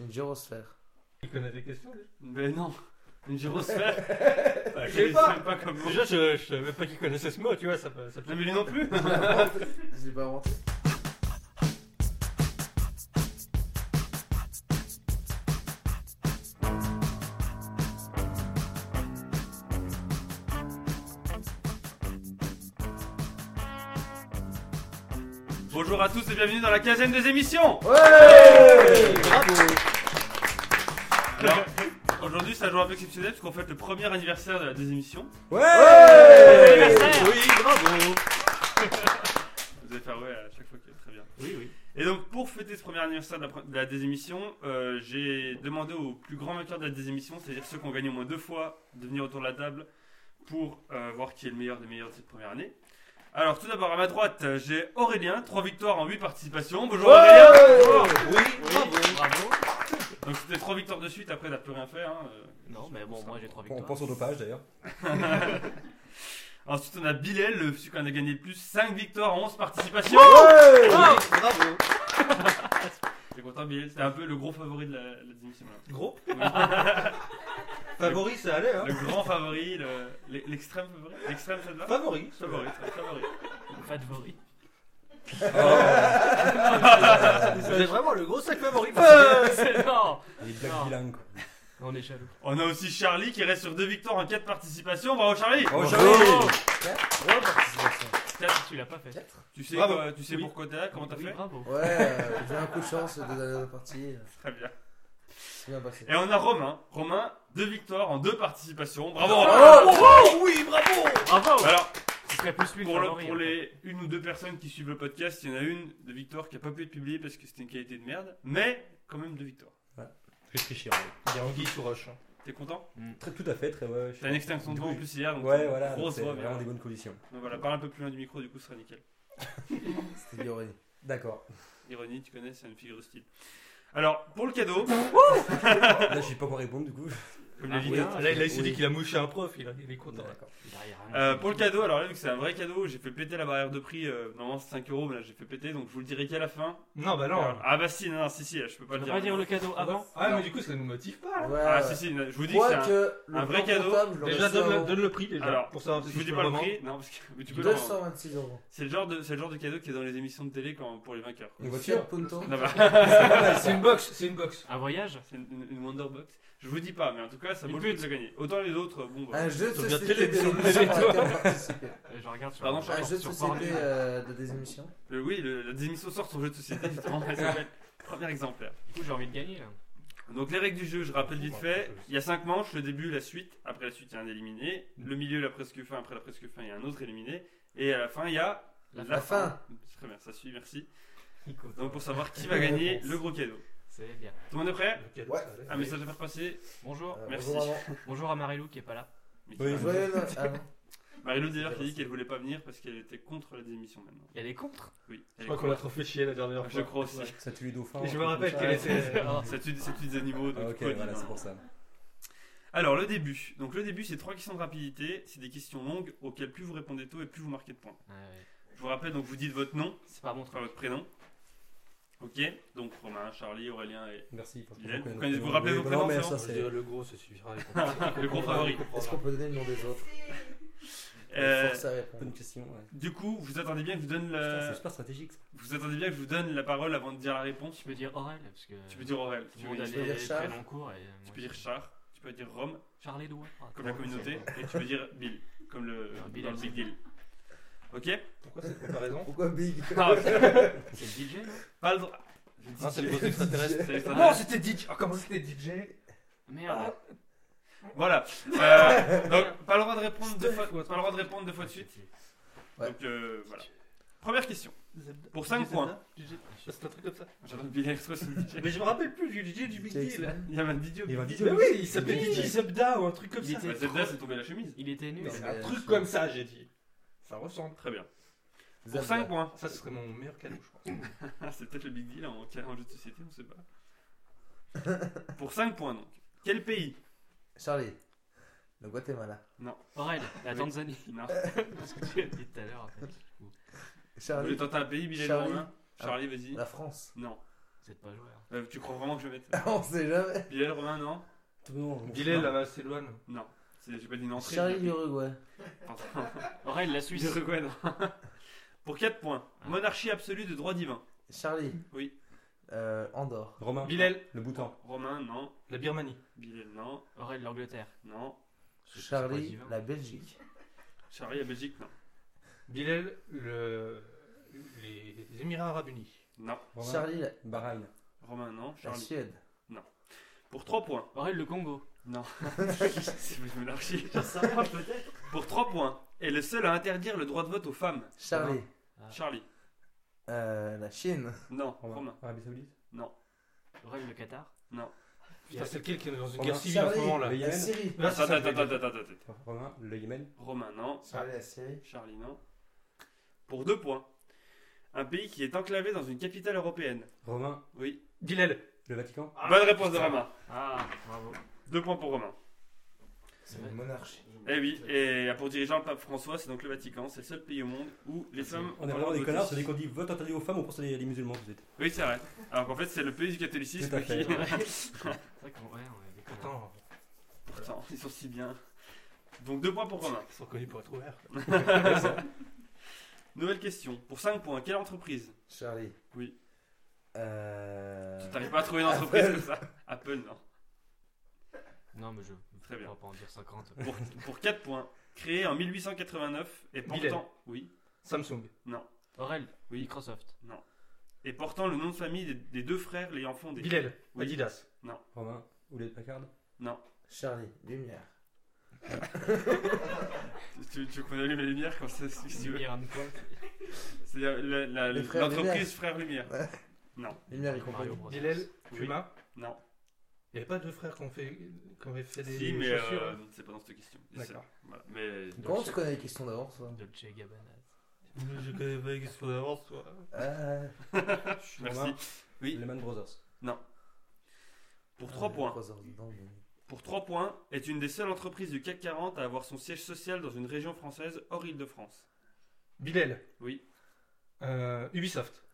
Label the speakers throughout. Speaker 1: Une gyrosphère.
Speaker 2: Il connaît des questions, lui
Speaker 3: Mais non, une gyrosphère.
Speaker 2: Bah,
Speaker 3: Je
Speaker 2: connais
Speaker 3: sais pas.
Speaker 2: même comme Déjà, je, je savais pas qu'il connaissait ce mot, tu vois, ça peut. Ça peut...
Speaker 3: Jamais lu non plus.
Speaker 1: Je l'ai pas inventé.
Speaker 3: Bonjour à tous et bienvenue dans la quinzaine des émissions.
Speaker 1: Ouais Bravo
Speaker 3: Alors, aujourd'hui, c'est un jour un peu exceptionnel parce qu'on fête le premier anniversaire de la des émissions.
Speaker 1: Ouais
Speaker 3: Oui, bravo. Vous allez faire ouais à chaque fois que très bien.
Speaker 2: Oui, oui.
Speaker 3: Et donc, pour fêter ce premier anniversaire de la, de la désémission, euh, j'ai demandé aux plus grands vainqueurs de la désémission, c'est-à-dire ceux qui ont gagné au moins deux fois, de venir autour de la table pour euh, voir qui est le meilleur des meilleurs de cette première année. Alors, tout d'abord, à ma droite, euh, j'ai Aurélien, 3 victoires en 8 participations. Bonjour Aurélien Bonjour.
Speaker 4: Bravo.
Speaker 3: Donc, c'était 3 victoires de suite, après, t'as plus rien fait. hein, euh.
Speaker 4: Non, mais bon, moi j'ai trois
Speaker 5: On
Speaker 4: victoires.
Speaker 5: pense au dopage d'ailleurs.
Speaker 3: Ensuite, on a Bilal, le- celui qui en a gagné le plus, 5 victoires en 11 participations.
Speaker 4: Bravo. Bravo.
Speaker 3: T'es content, Bilal C'était un peu le gros favori de la, la désémission, là.
Speaker 2: Gros
Speaker 3: Favori,
Speaker 2: ça allait, hein
Speaker 3: Le grand favori, le- l'extrême favori L'extrême, ça te va
Speaker 2: Favori
Speaker 3: Favori, très favori.
Speaker 4: Favori.
Speaker 5: Oh.
Speaker 2: C'est vraiment le gros sac favori.
Speaker 3: Euh,
Speaker 4: C'est non.
Speaker 5: Les
Speaker 4: Non.
Speaker 5: blagues bilingues quoi.
Speaker 4: On est jaloux.
Speaker 3: On a aussi Charlie qui reste sur deux victoires en 4 participations. Bravo Charlie
Speaker 5: Oh,
Speaker 4: Bravo.
Speaker 1: Trois participations.
Speaker 4: Tu l'as pas fait.
Speaker 3: Tu sais,
Speaker 5: Bravo.
Speaker 3: quoi- tu sais
Speaker 4: Oui.
Speaker 3: pourquoi t'es là Comment t'as
Speaker 4: Oui,
Speaker 3: fait
Speaker 4: Bravo.
Speaker 1: Ouais, euh, j'ai eu un coup de chance les deux dernières parties.
Speaker 3: Très bien.
Speaker 1: C'est bien passé.
Speaker 3: Et on a Romain. Romain, deux victoires en deux participations. Bravo Romain
Speaker 1: Oh
Speaker 4: Bravo.
Speaker 3: Alors,
Speaker 4: Ce serait plus lui que
Speaker 3: pour, le-
Speaker 4: favori, hein.
Speaker 3: pour
Speaker 4: en fait.
Speaker 3: les une ou deux personnes qui suivent le podcast, il y en a une de victoire qui a pas pu être publiée parce que c'était une qualité de merde. Mais, quand même deux victoires.
Speaker 5: Je vais tricher. ouais.
Speaker 2: Il y a Anguille sous roche. hein.
Speaker 3: T'es content
Speaker 5: Très, tout à fait, très ouais. je suis-
Speaker 3: T'as une extinction de voix en
Speaker 5: Oui.
Speaker 3: plus hier, donc
Speaker 5: Ouais,
Speaker 3: c'est
Speaker 5: voilà.
Speaker 3: grosse
Speaker 5: C'est
Speaker 3: voix. mais
Speaker 5: vraiment des
Speaker 3: voilà.
Speaker 5: bonnes conditions.
Speaker 3: Donc voilà, parle un peu plus loin du micro, du coup, ce sera nickel.
Speaker 1: C'était bien Aurélie.
Speaker 5: D'accord.
Speaker 3: Ironie, tu connais, c'est une figure de style. Alors, pour le cadeau,
Speaker 5: Là, je sais pas quoi répondre du coup.
Speaker 3: comme
Speaker 4: Ah,
Speaker 3: l'évidence,
Speaker 4: oui,
Speaker 2: Là, il a essayé
Speaker 5: Oui.
Speaker 2: qu'il a mouché un prof, il, a- il est content.
Speaker 5: D'accord.
Speaker 4: Derrière, hein.
Speaker 3: Euh, pour le cadeau, alors là, vu que c'est un vrai cadeau, j'ai fait péter la barrière de prix. euh, normalement, c'est 5 euros, mais là, j'ai fait péter, donc je vous le dirai qu'à la fin.
Speaker 2: Non, bah non.
Speaker 3: Alors, ah, bah si, non, non, si, si, je peux pas
Speaker 4: On
Speaker 3: le
Speaker 4: va
Speaker 3: dire.
Speaker 4: pas dire le Euh, cadeau avant.
Speaker 2: Ah, mais du coup, ça nous motive pas. là.
Speaker 1: Ouais,
Speaker 3: Ah,
Speaker 1: ouais.
Speaker 3: si, si, non, je vous dis que
Speaker 1: Quoi
Speaker 3: c'est un.
Speaker 1: que le
Speaker 3: un vrai
Speaker 1: plan
Speaker 3: cadeau.
Speaker 1: comptable, je
Speaker 2: Déjà,
Speaker 1: l'aurais
Speaker 2: donne,
Speaker 1: su
Speaker 2: le-
Speaker 1: avant.
Speaker 2: donne le prix déjà.
Speaker 3: Alors,
Speaker 2: pour ça,
Speaker 3: Je vous dis pas le prix, non, parce que mais tu peux le vendre.
Speaker 1: 226 euros.
Speaker 3: C'est le genre de, c'est le genre de cadeau qui est dans les émissions de télé quand, pour les vainqueurs.
Speaker 5: Une voiture
Speaker 1: Fiat Punto.
Speaker 3: Non, bah,
Speaker 2: Ah C'est une box, c'est une box.
Speaker 4: Un voyage.
Speaker 3: c'est une, une- une Wonderbox. Je vous dis pas, mais en tout cas, ça
Speaker 4: Une Ah,
Speaker 3: vaut le coup de le gagner. Autant les autres, bon. Bah,
Speaker 1: Un jeu de
Speaker 2: Faut bien
Speaker 1: société
Speaker 2: télé,
Speaker 1: des
Speaker 2: sur le
Speaker 1: émissions
Speaker 2: télé,
Speaker 1: à laquelle participer.
Speaker 4: Euh, Je regarde sur.
Speaker 3: Pardon,
Speaker 4: sur-
Speaker 1: Un jeu de
Speaker 4: sur
Speaker 1: société
Speaker 4: Pornhub.
Speaker 1: euh, de des émissions.
Speaker 3: le- oui, le- la démission sort sur le jeu de société, justement. elle s'appelle Premier exemplaire.
Speaker 4: Du coup, j'ai envie de gagner. là.
Speaker 3: Donc les règles du jeu, je rappelle vite fait, il y a 5 manches, le début, la suite, après la suite il y a un éliminé, le milieu, la presque fin, après la presque fin il y a un autre éliminé, et à la fin il y a
Speaker 4: La
Speaker 1: fin.
Speaker 3: C'est Très bien, ça suit, merci.
Speaker 4: Nico,
Speaker 3: Donc pour savoir qui va gagner le gros cadeau.
Speaker 4: C'est bien.
Speaker 3: Tout le monde est prêt
Speaker 1: Ouais.
Speaker 3: Un message à faire passer
Speaker 4: Bonjour.
Speaker 1: Euh,
Speaker 3: Merci.
Speaker 1: bonjour avant.
Speaker 4: Bonjour à Marilou qui est pas là.
Speaker 3: Mais-
Speaker 5: Oui, je-
Speaker 1: Joyeux Noël. Ah non.
Speaker 3: Marie-Lou d'ailleurs qui a dit qu'elle voulait pas venir parce qu'elle était contre la démission maintenant.
Speaker 4: Elle est contre.
Speaker 3: Oui,
Speaker 2: Je
Speaker 3: elle est
Speaker 2: crois qu'on l'a trop fait Ah, chier la dernière
Speaker 3: contre.
Speaker 2: fois.
Speaker 3: Je crois aussi.
Speaker 5: Ça tue les dauphins.
Speaker 2: Et je
Speaker 5: un
Speaker 2: me rappelle
Speaker 5: truc comme
Speaker 2: qu'elle
Speaker 5: ça.
Speaker 2: était.
Speaker 4: Ah
Speaker 3: Ça tue, ça tue des animaux,
Speaker 5: Ah,
Speaker 3: donc
Speaker 5: ok,
Speaker 3: faut le
Speaker 5: voilà,
Speaker 3: dire.
Speaker 5: c'est pour ça.
Speaker 3: Alors le début. Donc le début c'est trois questions de rapidité, c'est des questions longues auxquelles plus vous répondez tôt et plus vous marquez de points.
Speaker 4: Ouais, ouais.
Speaker 3: Je vous rappelle donc vous dites votre nom.
Speaker 4: C'est pas mon
Speaker 3: Enfin,
Speaker 4: truc.
Speaker 3: votre prénom. Ok, donc Romain, Charlie, Aurélien et
Speaker 5: Merci. pour ce
Speaker 3: Bilal,
Speaker 5: qu'on
Speaker 3: vous
Speaker 5: connaît.
Speaker 3: connaissez- vous rappelez
Speaker 5: Oui,
Speaker 3: vos
Speaker 5: bah
Speaker 3: prénoms,
Speaker 5: Non, mais
Speaker 3: c'est
Speaker 5: ça,
Speaker 2: Je
Speaker 5: c'est.
Speaker 2: dirais le gros, Ah, ça suffira.
Speaker 4: Ah,
Speaker 3: le gros favori.
Speaker 1: Est-ce qu'on peut donner le nom des autres
Speaker 3: Euh,
Speaker 1: Force à répondre.
Speaker 5: Bonne question, ouais.
Speaker 3: du coup, vous attendez bien que je vous donne
Speaker 5: Putain,
Speaker 3: la...
Speaker 5: C'est super stratégique ça.
Speaker 3: vous attendez bien que je vous donne la parole avant de dire la réponse.
Speaker 4: Tu peux dire Aurel parce que.
Speaker 3: Tu peux dire Aurel,
Speaker 4: Tout
Speaker 3: tu
Speaker 4: le
Speaker 3: peux
Speaker 4: monde a
Speaker 3: dire,
Speaker 1: peux dire
Speaker 4: des
Speaker 1: Charles.
Speaker 4: prénoms courts et.
Speaker 3: tu peux dire Char, tu peux dire Rome
Speaker 4: Charlie Douai. Ah,
Speaker 3: comme la communauté et tu peux dire Bill comme le
Speaker 4: Ah, Bill,
Speaker 3: dans le
Speaker 4: elle
Speaker 3: Big
Speaker 4: sait.
Speaker 3: Deal. Ok.
Speaker 2: Pourquoi cette comparaison
Speaker 1: Pourquoi Big
Speaker 3: Ah,
Speaker 4: C'est le DJ. non
Speaker 3: pas le droit.
Speaker 2: Non, c'est le gros extraterrestre.
Speaker 3: C'est les
Speaker 2: Ah, Non, c'était DJ. Oh, comment c'était DJ
Speaker 4: Merde.
Speaker 3: Ah,
Speaker 4: Ah,
Speaker 3: Voilà. Euh, donc pas le droit de répondre deux fois, pas le droit de répondre deux fois de suite.
Speaker 1: Ouais.
Speaker 3: Donc euh, voilà. Première question. Pour 5 points.
Speaker 2: C'est un truc comme ça.
Speaker 3: J'adore Bill Express.
Speaker 2: Mais je me rappelle plus du DJ du Big Deal.
Speaker 3: Il y avait un Didio.
Speaker 5: Il y a un
Speaker 2: Mais
Speaker 5: vidéo.
Speaker 2: oui, il s'appelait
Speaker 1: Oui.
Speaker 2: DJ Zebda ou un truc comme
Speaker 4: Il
Speaker 2: ça.
Speaker 4: était-
Speaker 3: Bah, Zelda, c'est tombé la chemise.
Speaker 4: Il était nul.
Speaker 1: Mais
Speaker 2: C'est
Speaker 1: Euh,
Speaker 2: un
Speaker 1: je-
Speaker 2: truc comme ça, j'ai dit. Ça ressemble.
Speaker 3: Très bien. Pour 5 points.
Speaker 2: Ça, ce serait mon meilleur cadeau, je pense.
Speaker 3: Ah, c'est peut-être le big deal en, en jeu de société, on sait pas. Pour 5 points donc. Quel pays
Speaker 1: Charlie. Le Guatemala.
Speaker 4: Aurel, la Tanzanie.
Speaker 3: Non.
Speaker 4: Parce que tu l'as dit tout à l'heure. en fait.
Speaker 3: Vous voulez
Speaker 1: Charlie.
Speaker 3: tenter un pays, Bilal
Speaker 1: Charlie. Ah.
Speaker 3: Romain Charlie, vas-y.
Speaker 1: La France.
Speaker 3: Non.
Speaker 4: Vous êtes pas joueur.
Speaker 3: Euh, tu crois vraiment que je vais mettre
Speaker 1: On sait jamais.
Speaker 3: Bilal Romain, non
Speaker 5: Non, on-
Speaker 2: Bilal, euh, là, s'éloigne.
Speaker 3: Non. C'est- J'ai pas dit non.
Speaker 1: Charlie euh, l'Uruguay.
Speaker 4: Aurel, la Suisse.
Speaker 3: L'Uruguay, non. Pour 4 points.
Speaker 4: Ah.
Speaker 3: Monarchie absolue de droit divin.
Speaker 1: Charlie.
Speaker 3: Oui.
Speaker 1: Euh, Andorre.
Speaker 5: Romain.
Speaker 2: Bilal.
Speaker 5: Le bouton.
Speaker 3: Romain, non.
Speaker 2: La Birmanie.
Speaker 3: Bilal, non.
Speaker 4: Aurel, l'Angleterre.
Speaker 3: Non.
Speaker 4: C'est- c'est pas
Speaker 1: Charlie,
Speaker 4: divin.
Speaker 1: la Belgique.
Speaker 3: Charlie, la Belgique, non.
Speaker 2: Bilal, le... les Émirats Arabes Unis.
Speaker 3: Non.
Speaker 5: Romain.
Speaker 1: Charlie, la, la
Speaker 5: Bahreïn.
Speaker 3: Romain, non. Charlie.
Speaker 1: Suède.
Speaker 3: Pour 3 points.
Speaker 4: Aurel, le Congo.
Speaker 3: C'est une monarchie. j'en sais rien, peut-être. Pour 3 points. Est le seul à interdire le droit de vote aux femmes.
Speaker 1: Charlie,
Speaker 4: Ah.
Speaker 3: Charlie.
Speaker 1: euh, la Chine.
Speaker 3: Non.
Speaker 5: Romain.
Speaker 3: Romain.
Speaker 5: Arabie Saoudite.
Speaker 4: Aurel, le Qatar.
Speaker 2: Putain, c'est lequel qui est dans une
Speaker 5: Romain.
Speaker 2: guerre civile en ce
Speaker 1: Charlie.
Speaker 2: moment là
Speaker 5: Le
Speaker 1: La
Speaker 5: Yémen.
Speaker 1: Syrie.
Speaker 2: Là,
Speaker 3: Attends,
Speaker 2: c'est ça,
Speaker 3: attends,
Speaker 2: je vais
Speaker 3: attends, attends, attends.
Speaker 5: Romain. Le Yémen.
Speaker 3: Romain, non.
Speaker 1: Charlie, la Syrie.
Speaker 3: Charlie, non. Pour 2 points. Un pays qui est enclavé dans une capitale européenne.
Speaker 5: Romain.
Speaker 3: Oui.
Speaker 2: Bilal.
Speaker 5: Le Vatican.
Speaker 3: Ah, Bonne réponse de
Speaker 2: putain.
Speaker 3: Romain.
Speaker 4: Ah, bravo.
Speaker 3: Deux points pour Romain.
Speaker 1: C'est une monarchie.
Speaker 3: Eh oui, et pour dirigeant le pape François, c'est donc le Vatican, c'est le seul pays au monde où les femmes.
Speaker 5: On est
Speaker 3: ont
Speaker 5: vraiment
Speaker 3: le droit
Speaker 5: des
Speaker 3: de
Speaker 5: connards,
Speaker 3: voter.
Speaker 5: c'est-à-dire qu'on dit vote interdit aux femmes, on pense à des des musulmans tout de suite.
Speaker 3: Oui, c'est vrai. Alors qu'en fait, c'est le pays du catholicisme
Speaker 5: Tout à
Speaker 3: qui.
Speaker 5: fait.
Speaker 4: C'est vrai qu'on ouais, on est des connards.
Speaker 2: Attends,
Speaker 3: Pourtant, ils sont si bien. Donc deux points pour Romain.
Speaker 2: ils sont connus pour être ouverts.
Speaker 3: Nouvelle question. Pour 5 points, quelle entreprise
Speaker 1: Charlie.
Speaker 3: Oui.
Speaker 1: Euh...
Speaker 3: T'arrives pas à trouver une entreprise comme ça Apple, non.
Speaker 4: Non, mais je.
Speaker 3: Très
Speaker 4: On
Speaker 3: bien.
Speaker 4: va pas en dire 50.
Speaker 3: Pour, pour 4 points, créée en 1889 et
Speaker 2: Mylène.
Speaker 3: portant. Oui.
Speaker 2: Samsung.
Speaker 4: Aurel,
Speaker 3: Oui.
Speaker 4: Microsoft.
Speaker 3: Et portant le nom de famille des, des deux frères l'ayant fondé.
Speaker 2: Bilal.
Speaker 3: Oui.
Speaker 2: Adidas.
Speaker 5: Romain. Ou les Packard.
Speaker 1: Charlie, lumière.
Speaker 3: Tu, tu veux qu'on allume les lumières comme ça, si tu veux
Speaker 4: Lumière de quoi
Speaker 3: C'est-à-dire la- la-
Speaker 1: Les frères
Speaker 3: l'entreprise Frères Lumière.
Speaker 1: Lumière et
Speaker 4: Mario
Speaker 1: compagnie.
Speaker 4: Bros.
Speaker 2: Bilal.
Speaker 3: Oui.
Speaker 2: Puma.
Speaker 3: Non.
Speaker 2: Il n'y avait pas deux frères qu'on fait, qu'on avait fait des
Speaker 3: Si, mais
Speaker 2: chaussures
Speaker 3: euh,
Speaker 2: hein
Speaker 3: c'est pas dans cette question.
Speaker 2: D'accord.
Speaker 3: C'est- voilà. Mais
Speaker 1: Comment tu connais les questions d'avance toi
Speaker 4: Dolce Gabbana.
Speaker 2: Je connais pas les questions d'avance, toi.
Speaker 1: Euh,
Speaker 3: Merci.
Speaker 5: Romain.
Speaker 3: Oui.
Speaker 5: Lehman Brothers.
Speaker 3: pour 3
Speaker 1: euh,
Speaker 3: points,
Speaker 1: trois heures dedans, mais-
Speaker 3: pour 3 points, est une des seules entreprises du CAC 40 à avoir son siège social dans une région française hors Île-de-France.
Speaker 2: Bilal.
Speaker 3: Oui.
Speaker 2: Euh, Ubisoft.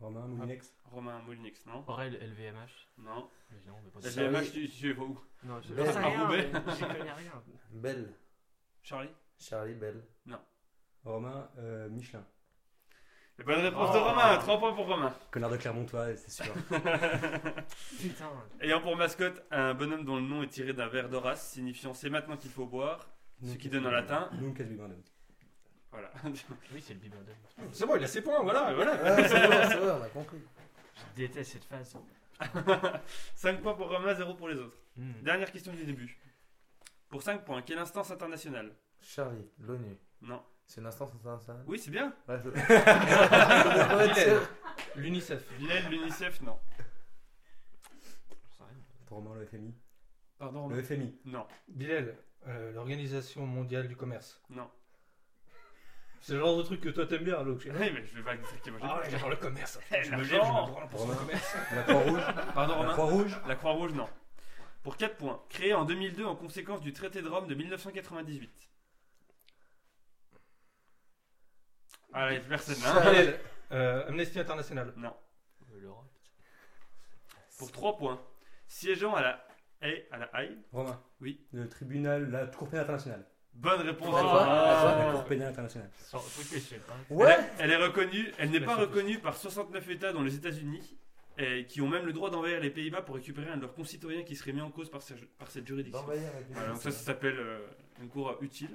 Speaker 5: Romain.
Speaker 3: Ah.
Speaker 5: Moulinex.
Speaker 3: Romain Moulinix, non
Speaker 4: Aurel, LVMH.
Speaker 3: Non.
Speaker 4: Mais Non, mais pas
Speaker 3: La
Speaker 4: du
Speaker 1: Charlie.
Speaker 3: LVMH, tu, tu vas où
Speaker 4: Non, je
Speaker 1: J'en sais
Speaker 3: rien, Roubaix.
Speaker 4: Je connais rien.
Speaker 1: Belle.
Speaker 3: Charlie
Speaker 1: Charlie, belle.
Speaker 5: Romain. euh, Michelin.
Speaker 3: Et bonne réponse de
Speaker 4: Oh.
Speaker 3: Romain, 3 points pour Romain.
Speaker 5: Connard de Clermontois, c'est sûr.
Speaker 4: Putain.
Speaker 3: Ayant pour mascotte un bonhomme dont le nom est tiré d'un verre d'Horace, signifiant c'est maintenant qu'il faut boire, ce qui donne en latin.
Speaker 5: Nunc ad vivandum.
Speaker 3: Voilà.
Speaker 4: Oui, c'est le Bibendum.
Speaker 2: C'est bon, il a ses points, voilà. voilà.
Speaker 1: Ah, c'est vrai, c'est vrai, on a compris.
Speaker 4: Je déteste cette phase.
Speaker 3: 5 points pour Romain, 0 pour les autres.
Speaker 4: Hmm.
Speaker 3: Dernière question du début. Pour 5 points, quelle instance internationale
Speaker 1: Charlie, l'ONU.
Speaker 3: Non.
Speaker 1: C'est une instance internationale
Speaker 3: Oui, c'est bien.
Speaker 1: Ouais, je- On va être
Speaker 2: Bilal.
Speaker 1: sûr.
Speaker 2: L'UNICEF.
Speaker 3: Bilal, l'UNICEF, non.
Speaker 4: J'en sais rien.
Speaker 5: Pour Romain, le FMI.
Speaker 3: Pardon
Speaker 5: Le FMI.
Speaker 3: Non.
Speaker 2: Bilal. euh, L'Organisation Mondiale du Commerce.
Speaker 3: Non.
Speaker 2: C'est le genre de truc que toi t'aimes bien, Luke.
Speaker 3: Oui, mais je vais pas dire qui m'a
Speaker 2: Ah ouais, j'adore le commerce. Je me lève, je
Speaker 3: l'argent.
Speaker 2: me branle pour le
Speaker 5: Romain.
Speaker 2: commerce.
Speaker 5: La Croix-Rouge.
Speaker 3: Pardon,
Speaker 5: La
Speaker 3: Romain.
Speaker 5: Croix-Rouge.
Speaker 3: La Croix-Rouge, non. Pour 4 points. Créée en 2002 en conséquence du traité de Rome de 1998. Allez, personne. hein.
Speaker 2: Bilal. euh, Amnesty International.
Speaker 3: non.
Speaker 4: Euh, L'Europe.
Speaker 3: Pour 3 points. Siégeant à la Haye, à la Haye.
Speaker 5: Romain.
Speaker 3: Oui.
Speaker 5: Le tribunal, la Cour pénale internationale.
Speaker 3: Bonne réponse.
Speaker 1: Oh,
Speaker 3: de
Speaker 4: Ah,
Speaker 5: La
Speaker 3: Romain.
Speaker 5: Cour pénale internationale.
Speaker 4: Sans truc que je sais pas.
Speaker 1: Ouais
Speaker 3: elle, elle est reconnue, elle n'est
Speaker 4: La
Speaker 3: pas
Speaker 4: surface.
Speaker 3: reconnue par 69 États dont les États-Unis, et qui ont même le droit d'envahir les Pays-Bas pour récupérer un de leurs concitoyens qui serait mis en cause par, ce- par cette juridiction.
Speaker 1: D'envahir Bah, avec
Speaker 3: Voilà, donc ça, ça s'appelle euh, une cour euh, utile.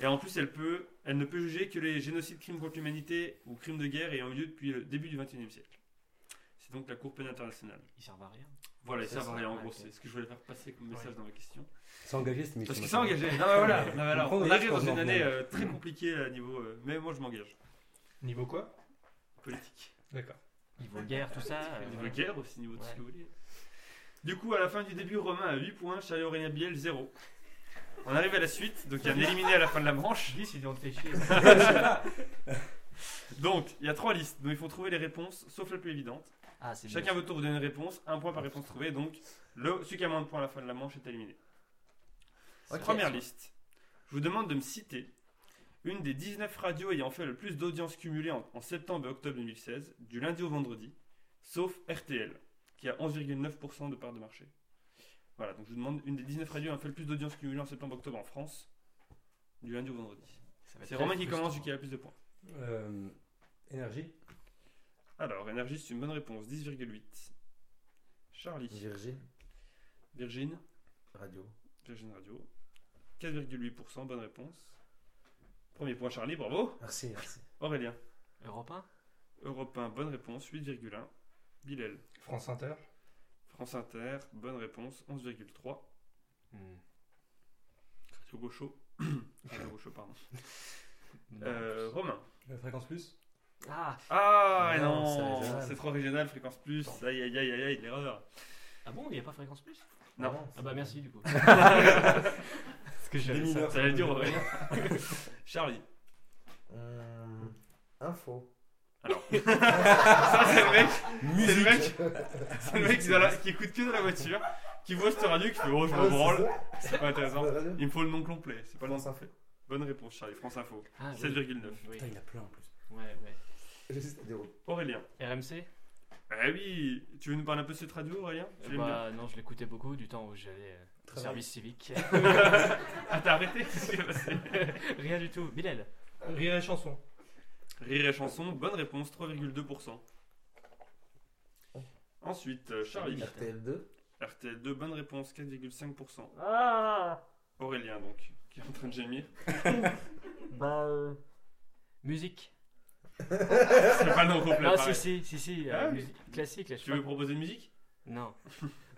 Speaker 3: Et en plus, elle, peut, elle ne peut juger que les génocides, crimes contre l'humanité ou crimes de guerre ayant eu lieu depuis le début du XXIe siècle. C'est donc la Cour pénale internationale.
Speaker 4: Ils servent à rien.
Speaker 3: Voilà,
Speaker 4: C'est
Speaker 3: ça
Speaker 4: ça,
Speaker 3: va rien en
Speaker 4: ouais,
Speaker 3: gros,
Speaker 4: ok.
Speaker 3: c'est ce que je voulais faire passer comme message
Speaker 4: Ouais.
Speaker 3: dans ma question.
Speaker 5: C'est engagé cette mission.
Speaker 3: Parce qu'ils sont engagés. Non, mais voilà, non, mais alors,
Speaker 5: On
Speaker 3: on
Speaker 5: prend des
Speaker 3: arrive dans
Speaker 5: risques,
Speaker 3: une
Speaker 5: on
Speaker 3: année
Speaker 5: en
Speaker 3: euh, très compliquée à niveau. euh, mais moi, je m'engage.
Speaker 2: Niveau quoi
Speaker 3: Politique.
Speaker 2: D'accord.
Speaker 4: Niveau guerre, tout ça. euh,
Speaker 3: Niveau
Speaker 4: voilà.
Speaker 3: guerre aussi, niveau tout ce
Speaker 4: Ouais.
Speaker 3: que vous voulez. Du coup, à la fin du début, Romain a 8 points, Charlie Aurélien Biel 0. On arrive à la suite, donc il y a un éliminé à la fin de la manche.
Speaker 4: Dis, ils ont fait chier.
Speaker 3: Donc, il y a 3 listes, donc il faut trouver les réponses, sauf la plus évidente.
Speaker 4: Ah, c'est Ah,
Speaker 3: Chacun votre tour vous donne une réponse, un point par réponse trouvée, donc le, celui qui a moins de points à la fin de la manche est éliminé.
Speaker 1: Ok.
Speaker 3: Première liste. Je vous demande de me citer une des 19 radios ayant fait le plus d'audience cumulée en, en septembre et octobre 2016, du lundi au vendredi, sauf RTL, qui a 11,9% de part de marché. Voilà, donc je vous demande une des 19 radios a fait le plus d'audience cumulée en septembre-octobre en France, du lundi au vendredi.
Speaker 4: Ça
Speaker 1: Bah,
Speaker 4: va être
Speaker 3: C'est
Speaker 4: très
Speaker 3: Romain qui commence,
Speaker 4: frustrant.
Speaker 3: celui qui a le plus de points.
Speaker 5: Euh, énergie.
Speaker 3: Alors, Énergie, c'est une bonne réponse, 10,8. Charlie,
Speaker 1: Virgin
Speaker 3: Virgin,
Speaker 1: Radio.
Speaker 3: Virgin Radio, 4,8%, bonne réponse. Premier point, Charlie, bravo.
Speaker 1: Merci, merci.
Speaker 3: Aurélien,
Speaker 4: Europe 1
Speaker 3: Europe 1, bonne réponse, 8,1. Bilal,
Speaker 2: France Inter.
Speaker 3: France Inter, bonne réponse, 11,3.
Speaker 4: Hmm.
Speaker 3: Radio Gaucho. Radio Gaucho, pardon. Euh, Romain.
Speaker 5: Euh, Fréquence plus.
Speaker 4: Ah
Speaker 3: Ah
Speaker 1: Non,
Speaker 3: non,
Speaker 1: c'est régional.
Speaker 3: c'est trop régional, fréquence plus. Aïe aïe aïe aïe, aïe l'erreur.
Speaker 4: Ah bon, il n'y a pas fréquence plus
Speaker 3: Non.
Speaker 4: Ah bah merci du coup.
Speaker 5: Parce que
Speaker 4: j'avais
Speaker 3: Ça allait le dire Aurélien. Charlie.
Speaker 1: Hum, info.
Speaker 3: Ça c'est le mec. C'est le mec. C'est le mec dans la- qui écoute que dans la voiture, qui voit cette radio, qui fait oh je me branle. C'est pas intéressant. Il me faut le nom complet. C'est pas le nom
Speaker 1: France Info.
Speaker 3: complet. Bonne réponse Charlie. France Info.
Speaker 4: Ah, oui.
Speaker 3: 7,9.
Speaker 4: Oui.
Speaker 5: Putain, il y en a plein en plus.
Speaker 4: Ouais, ouais.
Speaker 1: Juste à dire.
Speaker 3: Aurélien.
Speaker 4: RMC
Speaker 3: Ah oui. Tu veux nous parler un peu de cette radio Aurélien Tu l'aimes bien
Speaker 4: Bah non, je l'écoutais beaucoup du temps où j'allais euh, au
Speaker 5: Travail.
Speaker 4: service civique.
Speaker 3: Ah t'as arrêté Qu'est-ce qui s'est passé
Speaker 4: Rien du tout. Bilal
Speaker 2: Rire et chanson.
Speaker 3: Rire et chanson, bonne réponse, 3,2%. Ensuite, euh, Charlie.
Speaker 1: RTL2.
Speaker 3: RTL2, bonne réponse, 4,5%.
Speaker 4: Ah
Speaker 3: Aurélien, donc, qui est en train de gémir.
Speaker 4: Bah Musique.
Speaker 3: C'est pas le nom complet,
Speaker 4: Ah si
Speaker 3: pareil.
Speaker 4: si, si si, euh,
Speaker 3: Ah, oui.
Speaker 4: musique classique là, je
Speaker 3: Tu
Speaker 4: sais
Speaker 3: veux
Speaker 4: pas.
Speaker 3: proposer une musique
Speaker 4: Non.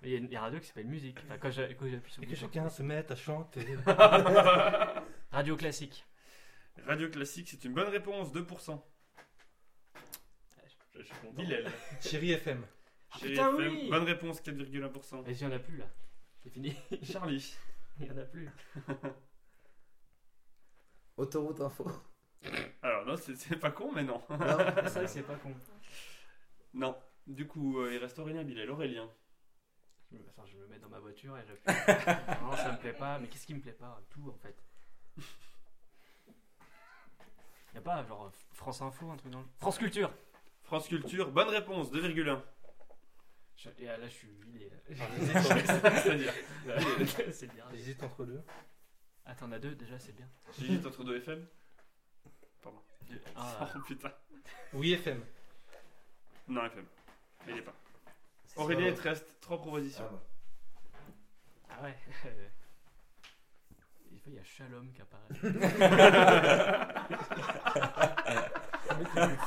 Speaker 4: Mais Il y a une- il y a une radio qui s'appelle Musique. Enfin, quand j'a- quand j'appuie sur
Speaker 2: Et
Speaker 4: le
Speaker 2: que
Speaker 4: bouton.
Speaker 2: chacun se mette à chanter.
Speaker 4: Radio classique.
Speaker 3: Radio classique, c'est une bonne réponse, 2%. Je suis content. Bilal.
Speaker 2: Chérie FM.
Speaker 4: Ah,
Speaker 3: Chérie
Speaker 4: putain,
Speaker 3: FM,
Speaker 4: oui
Speaker 3: Bonne réponse, 4,1%.
Speaker 4: Et il y en a plus là. C'est fini.
Speaker 3: Charlie.
Speaker 4: Il y en a plus.
Speaker 1: Autoroute info.
Speaker 3: Alors, non, c'est- c'est pas con, mais non.
Speaker 1: Non,
Speaker 4: C'est vrai que c'est pas con.
Speaker 3: Non. Du coup, euh, il reste Aurélien, Bilal. Aurélien.
Speaker 4: Je me, attends, je me mets dans ma voiture et j'appuie. non, ça me plaît pas. Mais qu'est-ce qui me plaît pas Tout en fait. Y a pas genre France Info, un truc dans le. France Culture
Speaker 3: France Culture, bonne réponse, 2,1.
Speaker 4: Je- Et ah, là, je suis humilié. là.
Speaker 3: C'est-à-dire.
Speaker 4: c'est le dernier.
Speaker 2: J'hésite Ah, entre deux.
Speaker 4: Attends, on a deux déjà, c'est bien.
Speaker 3: J'hésite entre deux FM.
Speaker 4: Deux. Ah,
Speaker 3: Oh putain.
Speaker 2: Oui FM.
Speaker 3: Non, FM. Mais il est pas.
Speaker 1: C'est
Speaker 3: Aurélien, il
Speaker 1: ça.
Speaker 3: te reste trois propositions.
Speaker 1: Ah, bah.
Speaker 4: ah ouais. Des fois, il y a Shalom qui apparaît.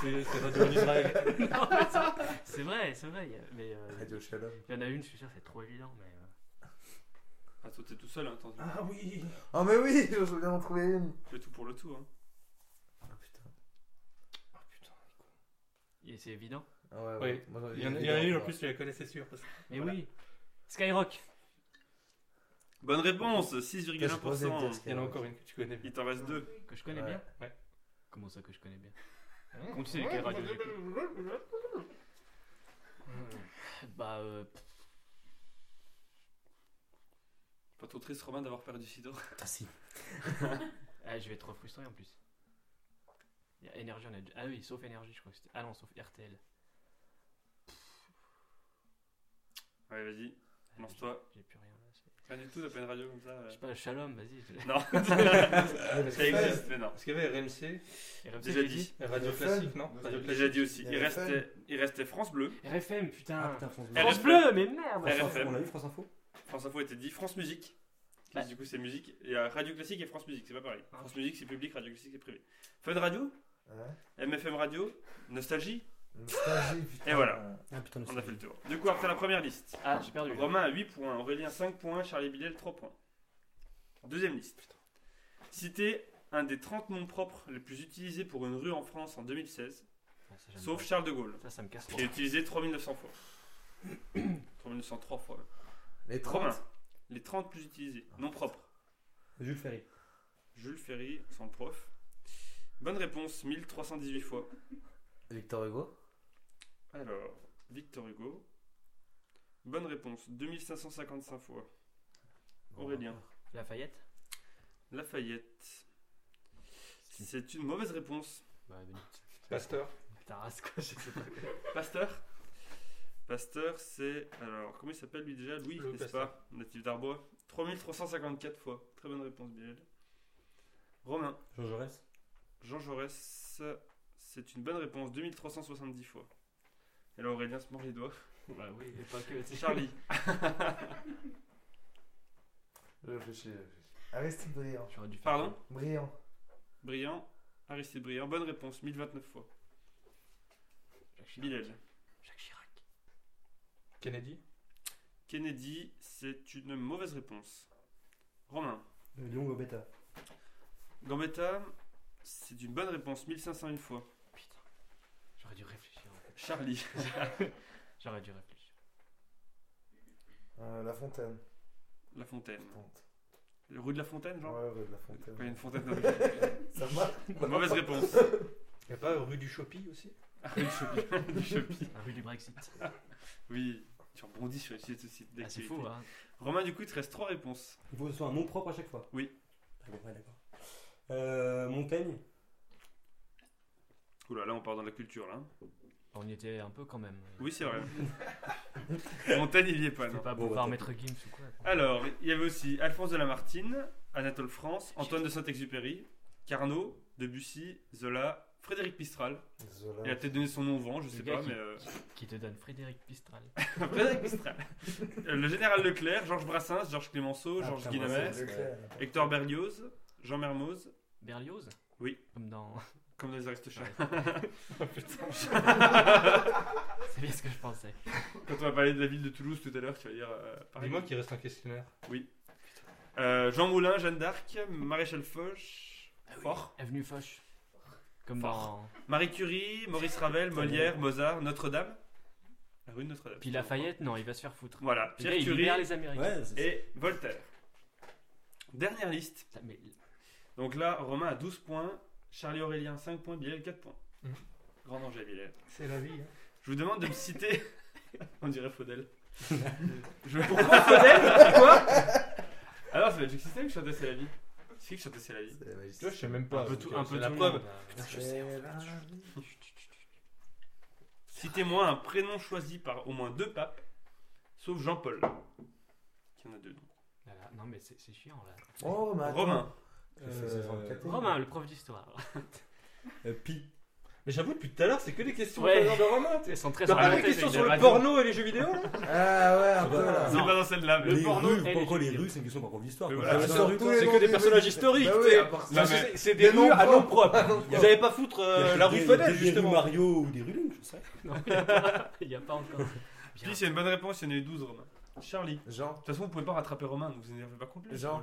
Speaker 2: C'est c'est Radio en Israël.
Speaker 4: Non, mais c'est- c'est vrai, c'est vrai. il y a- Mais euh, il
Speaker 1: Radio Shalom.
Speaker 4: y en a une, je suis sûr, c'est trop évident. Mais euh,
Speaker 3: Ah, toi, t'es tout seul, hein, attends.
Speaker 2: Ah oui.
Speaker 1: Oh, mais oui, je voulais en trouver une.
Speaker 3: Tu fais tout pour le tout. Hein.
Speaker 1: Ah putain.
Speaker 2: Ah putain.
Speaker 4: et c'est évident.
Speaker 1: Ah, ouais,
Speaker 2: Oui.
Speaker 1: ouais. Moi, j'aurais
Speaker 2: Il y en a-
Speaker 1: dit
Speaker 2: il y en a une en
Speaker 1: Europe,
Speaker 2: plus, tu la connais, c'est sûr. parce que-
Speaker 4: Mais
Speaker 3: Voilà.
Speaker 4: oui. Skyrock.
Speaker 3: Bonne réponse,
Speaker 1: ouais. Qu'est-ce que je posais, peut-être,
Speaker 3: 6,1%.
Speaker 2: Il y en a encore une que tu connais bien.
Speaker 3: Il t'en reste deux.
Speaker 4: Que je connais
Speaker 1: Ouais.
Speaker 4: bien
Speaker 2: Ouais.
Speaker 4: Comment ça que je connais bien Comment tu sais quelle radio j'écoute Bah, euh, pff,
Speaker 3: Pas trop triste, Romain, d'avoir perdu si tôt.
Speaker 1: Ah si.
Speaker 4: ah, je vais être trop frustré en plus. Il y a énergie, on a déjà- Ah oui, sauf énergie, je crois que c'était. Ah non, sauf RTL.
Speaker 3: Ouais, vas-y.
Speaker 4: Ah,
Speaker 3: Lance-toi.
Speaker 4: J'ai j'ai plus rien là. c'est-
Speaker 3: Rien du tout, t'as pas une radio comme ça.
Speaker 4: Je
Speaker 3: euh.
Speaker 4: sais pas, Shalom, vas-y. je-
Speaker 3: Non, ça
Speaker 2: Ah,
Speaker 1: Mais c'est pas-
Speaker 3: existe, mais non.
Speaker 2: Parce qu'il y avait RMC,
Speaker 4: RMC,
Speaker 3: Déjà
Speaker 4: j'ai
Speaker 3: dit.
Speaker 2: Radio
Speaker 1: FM.
Speaker 2: Classique, non Radio
Speaker 3: Déjà
Speaker 2: Classique.
Speaker 3: dit aussi. Il
Speaker 1: Il y a
Speaker 3: restait, il restait France Bleu.
Speaker 4: RFM,
Speaker 5: Ah
Speaker 4: putain.
Speaker 5: putain, France Bleu.
Speaker 3: Elle-
Speaker 4: France Bleu, mais merde.
Speaker 5: France Info,
Speaker 3: RFM.
Speaker 5: On l'a vu, France Info
Speaker 3: France Info était dit. France Musique. Qui,
Speaker 4: Bah.
Speaker 3: Du coup, c'est musique. Et euh, Radio Classique et France Musique, c'est pas pareil.
Speaker 4: Ah.
Speaker 3: France Musique, c'est public, Radio Classique, c'est privé. Fun Radio,
Speaker 1: Ouais.
Speaker 3: MFM Radio, Nostalgie.
Speaker 1: Nostalgie, putain.
Speaker 3: Et voilà.
Speaker 5: Ah putain,
Speaker 3: On a fait le tour. Du coup, après la première liste.
Speaker 4: Ah, j'ai perdu.
Speaker 3: Romain à 8 points, Aurélien 5 points, Charlie Bilel 3 points. Deuxième liste. Citez un des 30 noms propres les plus utilisés pour une rue en France en 2016,
Speaker 4: Ah, ça, j'aime
Speaker 3: sauf
Speaker 4: pas.
Speaker 3: Charles de Gaulle,
Speaker 4: ça, ça me casse
Speaker 3: qui est utilisé 3900 fois. 3903 fois même.
Speaker 1: Les 30.
Speaker 3: Romain, les 30 plus utilisés, noms propres.
Speaker 5: Jules Ferry.
Speaker 3: Jules Ferry, sans le prof. Bonne réponse, 1318 fois.
Speaker 1: Victor Hugo.
Speaker 3: Alors, Victor Hugo. Bonne réponse, 2555 fois. Aurélien.
Speaker 4: Lafayette
Speaker 3: Lafayette. C'est une mauvaise réponse.
Speaker 4: Bah, minute.
Speaker 2: Pasteur.
Speaker 4: Taras, quoi, je sais pas.
Speaker 3: Pasteur Pasteur, c'est. Alors, comment il s'appelle lui déjà Louis,
Speaker 2: Louis
Speaker 3: n'est-ce pas Natif d'Arbois. 3354 fois. Très bonne réponse, Bilal. Romain,
Speaker 5: Jean Jaurès.
Speaker 3: Jean Jaurès, c'est une bonne réponse. 2370 fois. Et là, Aurélien se mord les doigts.
Speaker 4: Bah oui, et pas que.
Speaker 3: C'est Charlie.
Speaker 1: Réfléchis, réfléchis. Aristide Briand.
Speaker 4: J'aurais dû faire
Speaker 3: Pardon
Speaker 4: ça.
Speaker 1: Briand.
Speaker 3: Brillant. Aristide Brillant. Bonne réponse. 1029 fois.
Speaker 4: Jacques Chirac.
Speaker 3: Bilal.
Speaker 4: Jacques Chirac.
Speaker 2: Kennedy
Speaker 3: Kennedy, c'est une mauvaise réponse. Romain.
Speaker 5: Euh, Lyon Gobetta.
Speaker 3: Gambetta, c'est une bonne réponse. 1501 fois.
Speaker 4: Putain. J'aurais dû réfléchir. en fait.
Speaker 3: Charlie.
Speaker 4: J'aurais dû réfléchir.
Speaker 1: Euh, La Fontaine.
Speaker 3: La Fontaine.
Speaker 1: Fonte.
Speaker 3: Le rue de la Fontaine, genre
Speaker 1: Ouais, ouais, de La
Speaker 3: Quand il y a
Speaker 1: Fontaine.
Speaker 3: une fontaine dans
Speaker 1: Ça marche
Speaker 3: Mauvaise réponse.
Speaker 2: Y'a pas rue du Chopi aussi
Speaker 3: Ah, du Chopi. Du Chopi.
Speaker 4: La rue du Brexit.
Speaker 3: Oui, tu rebondis sur les sujets de société
Speaker 4: Ah, c'est
Speaker 3: d'actualité.
Speaker 4: fou, hein.
Speaker 3: Romain, du coup, il te reste trois réponses.
Speaker 5: Il faut que ce soit un nom propre à chaque fois.
Speaker 3: Oui.
Speaker 5: Ah bon, ouais, d'accord. Euh, Montaigne.
Speaker 3: Oula, là, on part dans la culture, là.
Speaker 4: On y était un peu quand même.
Speaker 3: Oui, c'est vrai. Montaigne, il y est pas,
Speaker 4: C'était
Speaker 3: non.
Speaker 4: pas
Speaker 5: Bon,
Speaker 4: pour voir
Speaker 5: bah,
Speaker 4: Maître Gims ou quoi.
Speaker 3: Alors, il y avait aussi Alphonse de Lamartine, Anatole France, Antoine de Saint-Exupéry, Carnot, Debussy, Zola, Frédéric Mistral.
Speaker 1: Zola.
Speaker 3: Il a peut-être donné son nom au vent, je sais
Speaker 4: Le gars
Speaker 3: pas,
Speaker 4: qui-
Speaker 3: mais. euh,
Speaker 4: Qui te donne Frédéric Pistral.
Speaker 3: Frédéric Mistral. Euh, Le général Leclerc, Georges Brassens, Georges Clémenceau,
Speaker 5: Ah,
Speaker 3: Georges
Speaker 5: putain, Brassens.
Speaker 3: Guinamès, Hector Berlioz, Jean Mermoz,
Speaker 4: Berlioz
Speaker 3: Oui.
Speaker 4: Comme dans.
Speaker 3: Comme dans les Aristochats.
Speaker 4: Oh, c'est bien ce que je pensais.
Speaker 3: Quand on va parler de la ville de Toulouse tout à l'heure, tu vas dire euh, pareil.
Speaker 2: Ah, Dis-moi qu'il reste un questionnaire.
Speaker 3: Euh, Jean Moulin, Jeanne d'Arc, Maréchal Foch, Fort,
Speaker 4: Avenue Foch. Comme
Speaker 3: Fort.
Speaker 4: dans.
Speaker 3: Marie Curie, Maurice Ravel, Molière, Mozart, Notre-Dame. La rue de Notre-Dame.
Speaker 4: Puis Lafayette, non, il va se faire foutre.
Speaker 3: Voilà,
Speaker 4: Le gars,
Speaker 3: Pierre
Speaker 4: il libère
Speaker 3: Curie
Speaker 4: les Américains.
Speaker 5: Ouais, c'est-
Speaker 3: et Voltaire. Dernière liste.
Speaker 4: Putain, mais
Speaker 3: Donc là, Romain a 12 points, Charlie Aurélien 5 points, Bilal 4 points.
Speaker 4: Mmh.
Speaker 2: Mhm.
Speaker 3: Grand danger, Bilal.
Speaker 2: C'est la vie. hein.
Speaker 3: Je vous demande de me citer. On dirait Faudel. Je...
Speaker 4: Pourquoi Faudel Quoi
Speaker 3: Alors, c'est Magic System qui chantait C'est la vie. C'est qui qui chantait C'est la vie
Speaker 1: C'est la
Speaker 2: Tu vois, je
Speaker 1: majesté.
Speaker 2: sais même pas.
Speaker 4: Un peu
Speaker 2: donc,
Speaker 4: tout-
Speaker 2: euh,
Speaker 4: un
Speaker 2: c'est
Speaker 4: peu
Speaker 2: la
Speaker 4: tout le
Speaker 2: preuve.
Speaker 4: monde.
Speaker 2: Putain, je sais.
Speaker 1: C'est la vie.
Speaker 3: Citez-moi un prénom choisi par au moins deux papes, sauf Jean-Paul. Qui en a deux. donc.
Speaker 4: Là, là, Non, mais c'est c'est chiant là.
Speaker 1: Oh, mais attends.
Speaker 3: Romain.
Speaker 5: Euh,
Speaker 4: Romain, le prof d'histoire.
Speaker 5: Euh, Pi.
Speaker 2: Mais j'avoue, depuis tout à l'heure, c'est que des questions
Speaker 4: Ouais.
Speaker 2: de Romain. de Romain.
Speaker 4: Ils sont très
Speaker 2: T'as pas
Speaker 3: arrêtez,
Speaker 2: des questions
Speaker 3: mais
Speaker 2: sur
Speaker 3: il a
Speaker 2: le
Speaker 3: raison.
Speaker 2: porno et les jeux vidéo là
Speaker 1: Ah ouais, un peu
Speaker 5: bah,
Speaker 1: là.
Speaker 3: C'est
Speaker 4: Non.
Speaker 3: pas dans celle-là, mais.
Speaker 5: Les
Speaker 4: porno
Speaker 5: rues,
Speaker 4: et
Speaker 5: pas
Speaker 4: les
Speaker 5: encore
Speaker 4: jeux
Speaker 5: les
Speaker 4: vidéo.
Speaker 5: rues, c'est une question encore d'histoire.
Speaker 3: Mais
Speaker 5: quoi.
Speaker 3: voilà.
Speaker 5: Ouais,
Speaker 3: Sur
Speaker 5: ouais.
Speaker 1: tous les
Speaker 2: C'est
Speaker 1: noms
Speaker 2: que
Speaker 1: des
Speaker 2: des
Speaker 1: rues.
Speaker 2: personnages historiques.
Speaker 1: Bah oui,
Speaker 2: c'est-
Speaker 1: à part ça.
Speaker 2: Non,
Speaker 1: Mais-
Speaker 2: c'est- C'est
Speaker 1: Des
Speaker 2: des noms
Speaker 1: noms
Speaker 2: à
Speaker 1: propres.
Speaker 2: nom propre. Vous avez pas foutre
Speaker 5: Il y a
Speaker 2: euh, la rue
Speaker 5: des-
Speaker 2: Fenel
Speaker 5: des rues
Speaker 2: justement.
Speaker 5: Mario ou des rues Lune, je sais.
Speaker 4: Non, il n'y a, pas- il y a pas encore. Bien.
Speaker 3: Puis c'est une bonne réponse, il y en a eu 12, Romain. Charlie. De
Speaker 1: Jean.
Speaker 3: toute façon, vous pouvez pas rattraper Romain, donc vous énervez pas complet.
Speaker 1: Jean.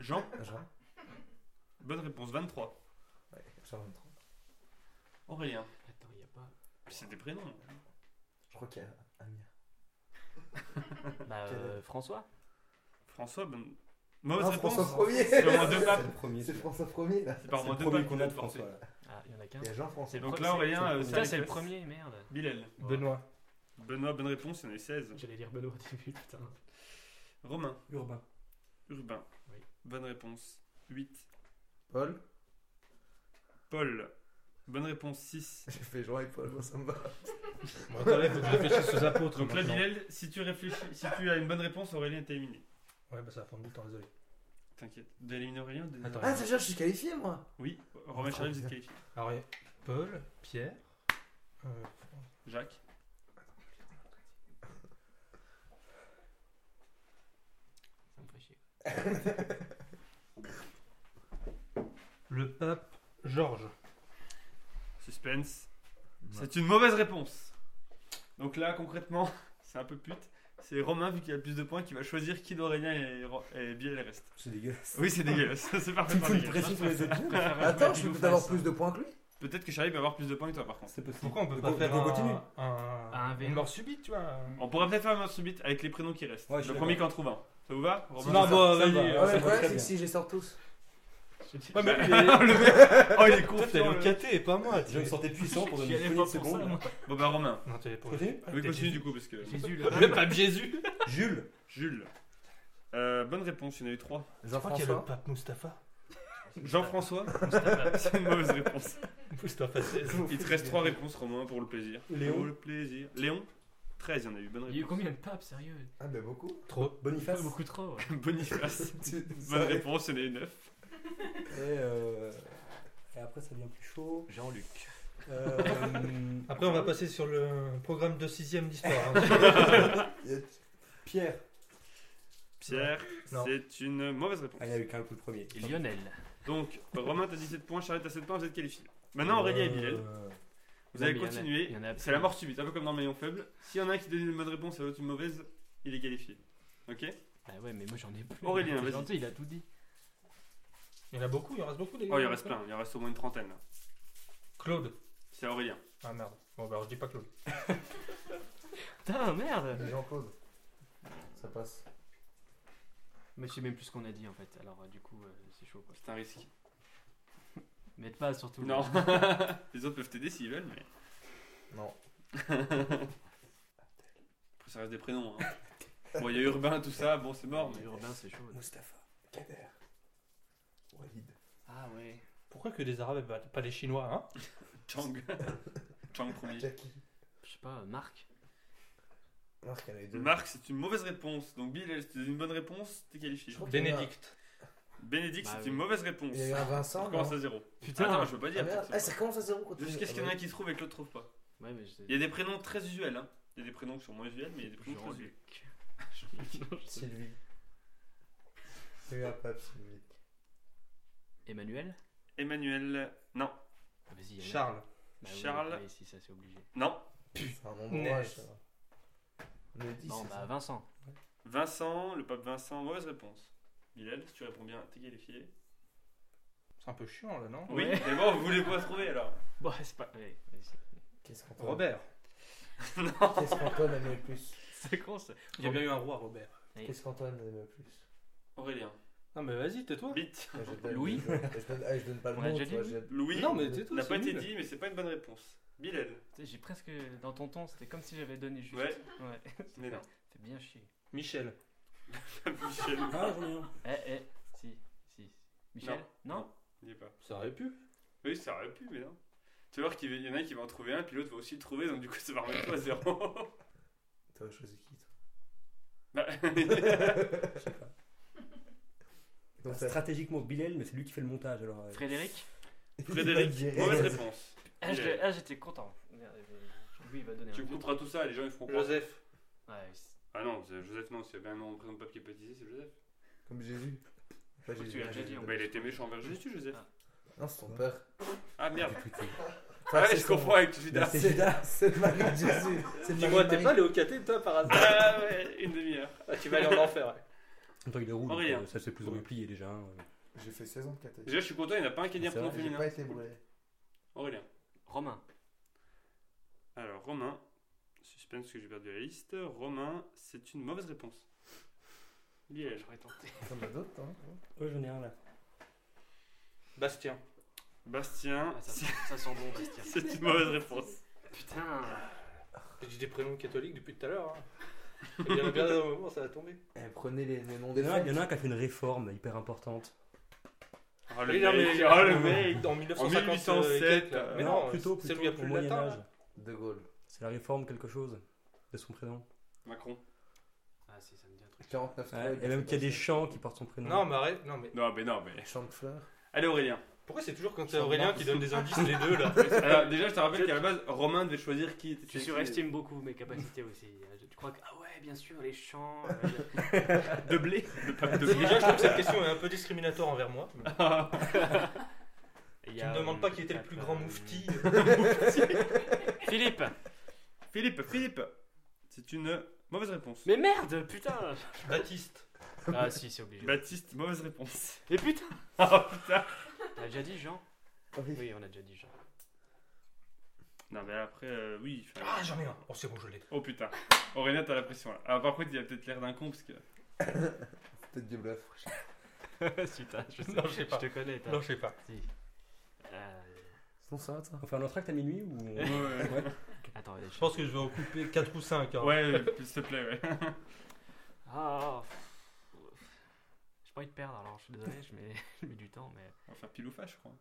Speaker 3: Jean.
Speaker 1: Jean.
Speaker 3: Bonne réponse, 23.
Speaker 1: Ouais, Jean 23.
Speaker 3: Aurélien.
Speaker 4: Attends, il n'y a pas.
Speaker 3: Puis c'est des prénoms.
Speaker 1: Je crois qu'il y a Amir.
Speaker 4: Bah, euh, François
Speaker 3: François, bonne. Mauvaise
Speaker 1: Ah,
Speaker 3: réponse.
Speaker 1: François Ier.
Speaker 3: C'est au moins deux
Speaker 5: C'est
Speaker 3: papes.
Speaker 5: le premier.
Speaker 1: C'est
Speaker 5: celui-là.
Speaker 1: François 1er là.
Speaker 3: Ah, C'est par au
Speaker 5: C'est
Speaker 3: moins
Speaker 5: le
Speaker 3: deux papes
Speaker 5: premier
Speaker 3: qu'on
Speaker 5: qu'on
Speaker 3: a
Speaker 5: a
Speaker 3: de
Speaker 5: de François.
Speaker 3: François.
Speaker 5: là.
Speaker 4: Ah, il y en a qu'un.
Speaker 1: Il y a Jean-François.
Speaker 4: C'est le
Speaker 3: Donc
Speaker 4: premier-
Speaker 3: là, Aurélien,
Speaker 4: c'est-
Speaker 3: euh,
Speaker 4: Putain,
Speaker 3: c'est
Speaker 4: c'est le
Speaker 3: Alexis.
Speaker 4: premier, merde.
Speaker 3: Bilal.
Speaker 2: Benoît.
Speaker 3: Benoît, bonne réponse, il y en a eu 16.
Speaker 4: J'allais dire Benoît au début, putain.
Speaker 3: Romain.
Speaker 5: Urbain.
Speaker 3: Urbain.
Speaker 4: Oui.
Speaker 3: Bonne réponse, 8.
Speaker 1: Paul.
Speaker 3: Paul. Bonne réponse, 6.
Speaker 1: J'ai fait Jean et Paul, moi ça me va.
Speaker 2: Bon, Attendez, faut que je réfléchisse aux apôtres.
Speaker 3: Donc là,
Speaker 2: maintenant.
Speaker 3: Bilal, si tu réfléchis, si tu as une bonne réponse, Aurélien est éliminé.
Speaker 2: Ouais, bah ça va prendre du temps, désolé.
Speaker 3: T'inquiète. De éliminer Aurélien ou de-
Speaker 2: Attends.
Speaker 1: Ah, déjà, je suis qualifié moi.
Speaker 3: Oui, Romain Charlie, vous êtes qualifié.
Speaker 2: Alors, il y a Paul, Pierre. euh,
Speaker 3: Jacques.
Speaker 4: Ça me fait chier.
Speaker 2: le pape Georges.
Speaker 3: Suspense. C'est une mauvaise réponse. Donc là, concrètement, c'est un peu pute. C'est Romain, vu qu'il a le plus de points, qui va choisir qui d'Aurélien et, Ro- et Bilal reste.
Speaker 5: C'est dégueulasse.
Speaker 3: Oui, c'est dégueulasse. c'est
Speaker 5: Tu
Speaker 3: parfaitement
Speaker 5: fous une
Speaker 3: dégueulasse.
Speaker 5: pression sur les autres.
Speaker 4: Je préfère
Speaker 1: Attends,
Speaker 4: Romain
Speaker 1: je
Speaker 4: qui
Speaker 1: peux
Speaker 4: nous
Speaker 1: peut-être avoir
Speaker 4: fasse
Speaker 1: plus de points que lui
Speaker 3: Peut-être que Charlie va avoir plus de points que toi, par contre.
Speaker 5: C'est possible.
Speaker 2: Pourquoi on peut
Speaker 5: Donc,
Speaker 2: pas
Speaker 5: on-
Speaker 2: faire
Speaker 5: donc, on
Speaker 2: un,
Speaker 5: continue.
Speaker 2: un-
Speaker 4: Un V1.
Speaker 2: une mort subite, tu vois un-
Speaker 3: On pourrait peut-être faire un meurtre subite avec les prénoms qui restent.
Speaker 5: Ouais, je suis
Speaker 3: le premier qui en
Speaker 5: d'accord.
Speaker 3: trouve un. Ça vous va Romain
Speaker 2: Non, bon,
Speaker 5: ça
Speaker 2: vas-y.
Speaker 5: va.
Speaker 2: euh,
Speaker 1: Ouais, le
Speaker 5: Ouais, ça me va
Speaker 1: problème,
Speaker 5: très
Speaker 1: c'est que
Speaker 5: bien.
Speaker 1: si je les sors tous.
Speaker 2: Ouais, mais lui, il
Speaker 3: Ah,
Speaker 2: est-
Speaker 3: le mec- Oh, il est
Speaker 2: Putain,
Speaker 3: confiant.
Speaker 2: le
Speaker 3: le-
Speaker 2: caté et pas moi. tu
Speaker 5: Je me
Speaker 2: vois.
Speaker 5: sentais puissant
Speaker 4: Je
Speaker 5: pendant
Speaker 4: suis
Speaker 5: une
Speaker 4: allé voir
Speaker 5: poignée de
Speaker 4: pour ça, moi.
Speaker 5: secondes.
Speaker 3: Bon, bah, Romain.
Speaker 2: Non, t'es pour
Speaker 5: Continue
Speaker 3: Oui,
Speaker 2: t'as
Speaker 3: continue
Speaker 2: dit-
Speaker 3: du coup, parce que.
Speaker 4: Jésus, le
Speaker 2: Le pape Jésus.
Speaker 5: Jules.
Speaker 3: Jules. Euh, bonne réponse, il y en a eu 3.
Speaker 2: Je crois qu'il y a le
Speaker 1: Jean-François.
Speaker 2: pape Mustapha.
Speaker 3: Jean-François,
Speaker 4: Mustapha.
Speaker 3: c'est une mauvaise réponse.
Speaker 2: Mustapha XVI.
Speaker 3: Il te reste 3 réponses, Romain, pour le plaisir.
Speaker 5: Léon.
Speaker 3: Pour le plaisir. Léon 13, il y en a eu bonne
Speaker 4: Il y a eu
Speaker 3: réponse.
Speaker 4: combien de papes, sérieux
Speaker 1: Ah, ben beaucoup.
Speaker 5: Trop. Boniface.
Speaker 4: Ouais, Beaucoup trop. ouais.
Speaker 3: Boniface.
Speaker 5: Tu- ça
Speaker 3: bonne
Speaker 5: va.
Speaker 3: réponse, il y en a eu 9.
Speaker 5: Et, euh, et après, ça devient plus chaud.
Speaker 4: Jean-Luc.
Speaker 5: Euh,
Speaker 2: Après, on va passer sur le programme de 6ème d'histoire. hein.
Speaker 5: Pierre.
Speaker 3: Pierre,
Speaker 2: Non.
Speaker 3: c'est une mauvaise réponse.
Speaker 5: Ah, il y a eu quand même le premier.
Speaker 4: Et Lionel.
Speaker 3: Donc, Romain, t'as 17 points, Charlotte, t'as 7 points, vous êtes qualifié.
Speaker 2: Ah
Speaker 3: Maintenant, Aurélie et Bilal,
Speaker 5: Euh,
Speaker 3: vous
Speaker 4: Non,
Speaker 3: allez
Speaker 4: mais il y en a- il
Speaker 3: continuer.
Speaker 4: y en a-
Speaker 3: C'est la mort subite, un peu comme dans Maillon Faible. S'il y en a un qui donne une bonne réponse et l'autre une mauvaise, il est qualifié. Ok
Speaker 4: Ah ouais, mais moi j'en ai plus.
Speaker 3: Aurélien,
Speaker 4: C'est
Speaker 3: vas-y.
Speaker 4: gentil, il a tout dit.
Speaker 2: Il y en a beaucoup, il en reste beaucoup des
Speaker 3: Oh, il en reste plein, il en reste au moins une trentaine. là.
Speaker 2: Claude.
Speaker 3: C'est Aurélien.
Speaker 2: Ah merde. Bon, bah, alors, je dis pas Claude.
Speaker 4: Putain, merde
Speaker 1: Jean-Claude. Ça passe.
Speaker 4: Mais je sais même plus ce qu'on a dit en fait, alors euh, du coup, euh, c'est chaud quoi.
Speaker 3: C'est un risque.
Speaker 4: M'aide pas surtout. euh,
Speaker 3: Non. Les autres peuvent t'aider s'ils veulent, mais.
Speaker 1: Non.
Speaker 3: Après, ça reste des prénoms. hein. Bon, il y a Urbain, tout ça, bon, c'est mort, mais.
Speaker 4: Urbain, c'est chaud.
Speaker 5: Mustapha.
Speaker 1: Kader. Walid.
Speaker 4: Ah ouais.
Speaker 2: Pourquoi que des Arabes et pas- pas des Chinois, hein
Speaker 3: Chang. Chang premier.
Speaker 1: Jackie.
Speaker 4: Je sais pas, euh, Marc.
Speaker 1: Marc, il y en a eu deux.
Speaker 3: Marc, c'est une mauvaise réponse. Donc, Bill, elle, c'était une bonne réponse, t'es qualifié.
Speaker 1: Je crois qu'il y en a-
Speaker 2: Bénédicte.
Speaker 3: Bénédicte,
Speaker 4: Bah
Speaker 3: c'est
Speaker 4: oui.
Speaker 3: une mauvaise réponse.
Speaker 1: Il y a eu un Vincent.
Speaker 3: On commence
Speaker 1: non
Speaker 3: à zéro.
Speaker 4: Putain.
Speaker 3: Attends, je veux pas
Speaker 1: Ah,
Speaker 3: dire.
Speaker 1: merde.
Speaker 3: c'est
Speaker 1: Ah,
Speaker 3: pas-
Speaker 1: ça commence à zéro quand tu Ah,
Speaker 3: Jusqu'à ce qu'il y en ait un qui trouve et que l'autre trouve pas.
Speaker 4: Ouais, mais je sais.
Speaker 3: Il y a des prénoms très usuels. Hein. Il y a des prénoms qui sont moins usuels, mais il y a des prénoms très usuels.
Speaker 4: Jean-Luc. Non, je sais.
Speaker 1: Sylvie. Il y a eu un pape, Sylvie.
Speaker 4: Emmanuel
Speaker 3: Emmanuel. Non.
Speaker 4: Ah, Vas-y, Yann.
Speaker 2: Charles.
Speaker 4: Bah oui,
Speaker 3: Charles.
Speaker 4: ouais, si, ça c'est obligé.
Speaker 3: Non.
Speaker 1: C'est un nom de roi,
Speaker 2: Ness.
Speaker 1: ça. On le dit,
Speaker 4: Non,
Speaker 1: c'est
Speaker 4: bah
Speaker 1: ça.
Speaker 4: Vincent.
Speaker 3: Vincent, le pape Vincent, mauvaise réponse. Bilal, si tu réponds bien, t'es qualifié.
Speaker 2: C'est un peu chiant là, non
Speaker 3: Oui,
Speaker 4: Ouais.
Speaker 3: mais bon, vous voulez pas trouver alors.
Speaker 4: Bon, c'est pas. Ouais, vas-y.
Speaker 1: Qu'est-ce qu'on peut
Speaker 2: Robert.
Speaker 1: Qu'est-ce qu'Antoine aime le plus
Speaker 4: C'est con ça.
Speaker 2: Il y a bien eu un roi, Robert.
Speaker 1: Qu'est-ce qu'Antoine aime le plus
Speaker 3: Aurélien.
Speaker 2: Non, mais vas-y, tais-toi.
Speaker 3: Bit.
Speaker 1: Moi, je donne-
Speaker 4: Louis
Speaker 1: je donne, je donne- ah, je donne pas le
Speaker 4: On a
Speaker 1: nom,
Speaker 4: déjà
Speaker 1: tu
Speaker 4: dit
Speaker 1: vois,
Speaker 4: Louis
Speaker 1: je-
Speaker 3: Louis.
Speaker 2: Non, mais tais-toi.
Speaker 3: N'a
Speaker 2: c'est
Speaker 3: pas été
Speaker 2: nul.
Speaker 3: dit, mais c'est pas une bonne réponse. Bilal.
Speaker 4: Tu sais, J'ai presque. Dans ton ton, c'était comme si j'avais donné juste.
Speaker 3: Ouais.
Speaker 4: Ouais.
Speaker 3: Mais non.
Speaker 4: T'es bien chier.
Speaker 2: Michel.
Speaker 3: Michel.
Speaker 5: Ah, j'en ai un.
Speaker 4: Eh, eh, si, si. Michel Non,
Speaker 3: Il y est pas.
Speaker 2: Ça aurait pu.
Speaker 3: Oui, ça aurait pu, mais non. Tu vas voir qu'il y en a un qui va en trouver un, puis l'autre va aussi le trouver, donc du coup, ça va remettre toi à zéro.
Speaker 1: T'aurais choisi qui toi
Speaker 3: Bah,
Speaker 1: Donc, ça-
Speaker 5: Ah, Stratégiquement, Bilal, mais c'est lui qui fait le montage. Alors, euh,
Speaker 4: Frédéric
Speaker 3: Frédéric,
Speaker 1: Il va dire-
Speaker 3: mauvaise réponse.
Speaker 4: Ah, je
Speaker 3: Bilal.
Speaker 4: l'ai- ah, j'étais content. Merde, euh, Lui, il va donner
Speaker 3: Tu
Speaker 4: un.
Speaker 3: me couperas tout ça, les gens ils feront quoi
Speaker 2: Joseph.
Speaker 4: Ouais, c'est-
Speaker 3: Ah non, c'est Joseph, non, s'il y avait un nom en présent de papier pâtissier, c'est Joseph.
Speaker 1: Comme Jésus. Pas
Speaker 4: Tu
Speaker 1: Jésus,
Speaker 4: l'as
Speaker 1: pas
Speaker 4: déjà
Speaker 1: Jésus.
Speaker 4: dit, en
Speaker 3: Bah, il était méchant
Speaker 4: Euh,
Speaker 3: envers Jésus, Joseph.
Speaker 4: Ah.
Speaker 1: Non, c'est ton père.
Speaker 3: Ah merde.
Speaker 5: du tweet.
Speaker 3: Ah
Speaker 1: c'est
Speaker 3: ouais, je
Speaker 1: son-
Speaker 3: confonds avec Judas.
Speaker 5: C'est Judas.
Speaker 1: C'est le mari de Jésus. C'est le
Speaker 2: Dis-moi,
Speaker 1: mari de
Speaker 2: t'es
Speaker 1: Marie.
Speaker 2: pas allé au caté, toi, par hasard
Speaker 3: Ah ouais, une demi-heure.
Speaker 2: Ah, Tu vas aller en enfer. ouais.
Speaker 5: Attends, il est roux. donc,
Speaker 3: Aurélien.
Speaker 5: euh, Ça, c'est plus ou moins plié déjà. hein.
Speaker 1: J'ai fait 16 ans de cathé.
Speaker 3: Déjà, je suis content, il n'y en a pas un qui a dit un
Speaker 5: C'est
Speaker 3: prénom
Speaker 5: vrai,
Speaker 1: Ah, J'ai
Speaker 3: féminin.
Speaker 1: pas été brûlé.
Speaker 3: Aurélien.
Speaker 4: Romain.
Speaker 3: Alors, Romain. Suspense que j'ai perdu la liste. Romain, c'est une mauvaise réponse. Bilal.
Speaker 4: J'aurais tenté.
Speaker 1: T'en as d'autres, toi, hein
Speaker 5: Ouais, j'en ai un là.
Speaker 2: Bastien.
Speaker 3: Bastien,
Speaker 4: Ah, ça,
Speaker 3: c'est-
Speaker 4: ça sent bon, Bastien. Ah.
Speaker 3: c'est une mauvaise réponse.
Speaker 4: Putain.
Speaker 2: J'ai dit des prénoms catholiques depuis tout à l'heure. hein. Il y en a bien un moment, ça va tomber.
Speaker 1: Eh, Prenez les, les noms
Speaker 5: Il
Speaker 1: des
Speaker 5: y en a un-
Speaker 1: femmes.
Speaker 5: il y en a un qui a fait une réforme hyper importante.
Speaker 3: Oh le
Speaker 2: Oui, non,
Speaker 3: mec,
Speaker 2: mais-
Speaker 3: oh le mec.
Speaker 2: En
Speaker 3: 1857,
Speaker 2: 1957.
Speaker 3: euh,
Speaker 2: Mais non,
Speaker 5: plutôt,
Speaker 2: c'est lui
Speaker 5: plutôt
Speaker 2: qui a plus
Speaker 5: au
Speaker 2: le
Speaker 5: Moyen
Speaker 2: latin.
Speaker 5: Âge.
Speaker 2: là.
Speaker 1: De Gaulle.
Speaker 5: C'est la réforme quelque chose de son prénom.
Speaker 3: Macron.
Speaker 4: Ah, si, ça me dit un truc.
Speaker 1: 49
Speaker 5: Ouais, et même qu'il y a des chants qui portent son prénom.
Speaker 2: Non, mais arrête. Non, mais
Speaker 3: Non, mais non, mais.
Speaker 1: Chant de fleurs.
Speaker 3: Allez, Aurélien.
Speaker 2: pourquoi c'est toujours quand c'est
Speaker 1: Sans
Speaker 2: Aurélien
Speaker 1: marque.
Speaker 2: qui donne des indices, les deux là
Speaker 3: Alors, déjà, je te rappelle qu'à la base, Romain devait choisir qui était
Speaker 4: Tu surestimes beaucoup mes capacités aussi. Je- Tu crois que. Ah ouais, bien sûr, les chants. euh,
Speaker 3: de blé. Le pape de blé.
Speaker 2: Déjà, je trouve que cette question est un peu discriminatoire envers moi.
Speaker 4: il y
Speaker 2: Tu
Speaker 4: a,
Speaker 2: me
Speaker 4: euh,
Speaker 2: demandes pas qui était le plus
Speaker 4: euh,
Speaker 2: grand moufti.
Speaker 4: Philippe
Speaker 3: Philippe, Philippe. C'est une mauvaise réponse.
Speaker 4: Mais merde, putain
Speaker 2: Baptiste.
Speaker 4: Ah, si, c'est obligé.
Speaker 3: Baptiste, mauvaise réponse.
Speaker 4: Et putain
Speaker 3: Oh putain.
Speaker 4: On a déjà dit Jean
Speaker 1: Oui.
Speaker 4: Oui, on a déjà dit Jean.
Speaker 3: Non, mais après, euh, oui. enfin-
Speaker 2: Ah, j'en ai un. Oh, c'est bon, je l'ai.
Speaker 3: Oh putain. Aurélien, t'as la pression là. Ah, par contre, il a peut-être l'air d'un con parce que.
Speaker 1: Peut-être du bluff.
Speaker 4: putain, hein, je sais,
Speaker 2: Non, je sais pas.
Speaker 4: te connais, t'as.
Speaker 2: Non, je sais pas.
Speaker 4: Si. Euh,
Speaker 1: Sinon, ça va, toi
Speaker 5: On fait un autre acte à minuit ou on-
Speaker 3: Ouais,
Speaker 5: Ouais.
Speaker 4: Attends,
Speaker 2: Je pense que je vais en couper 4 ou hein. 5.
Speaker 3: ouais, ouais, s'il te plaît, ouais.
Speaker 4: Ah. J'ai pas envie de perdre, alors je suis désolé, je mets, je mets du temps, mais.
Speaker 3: On va faire pile ou face, je crois.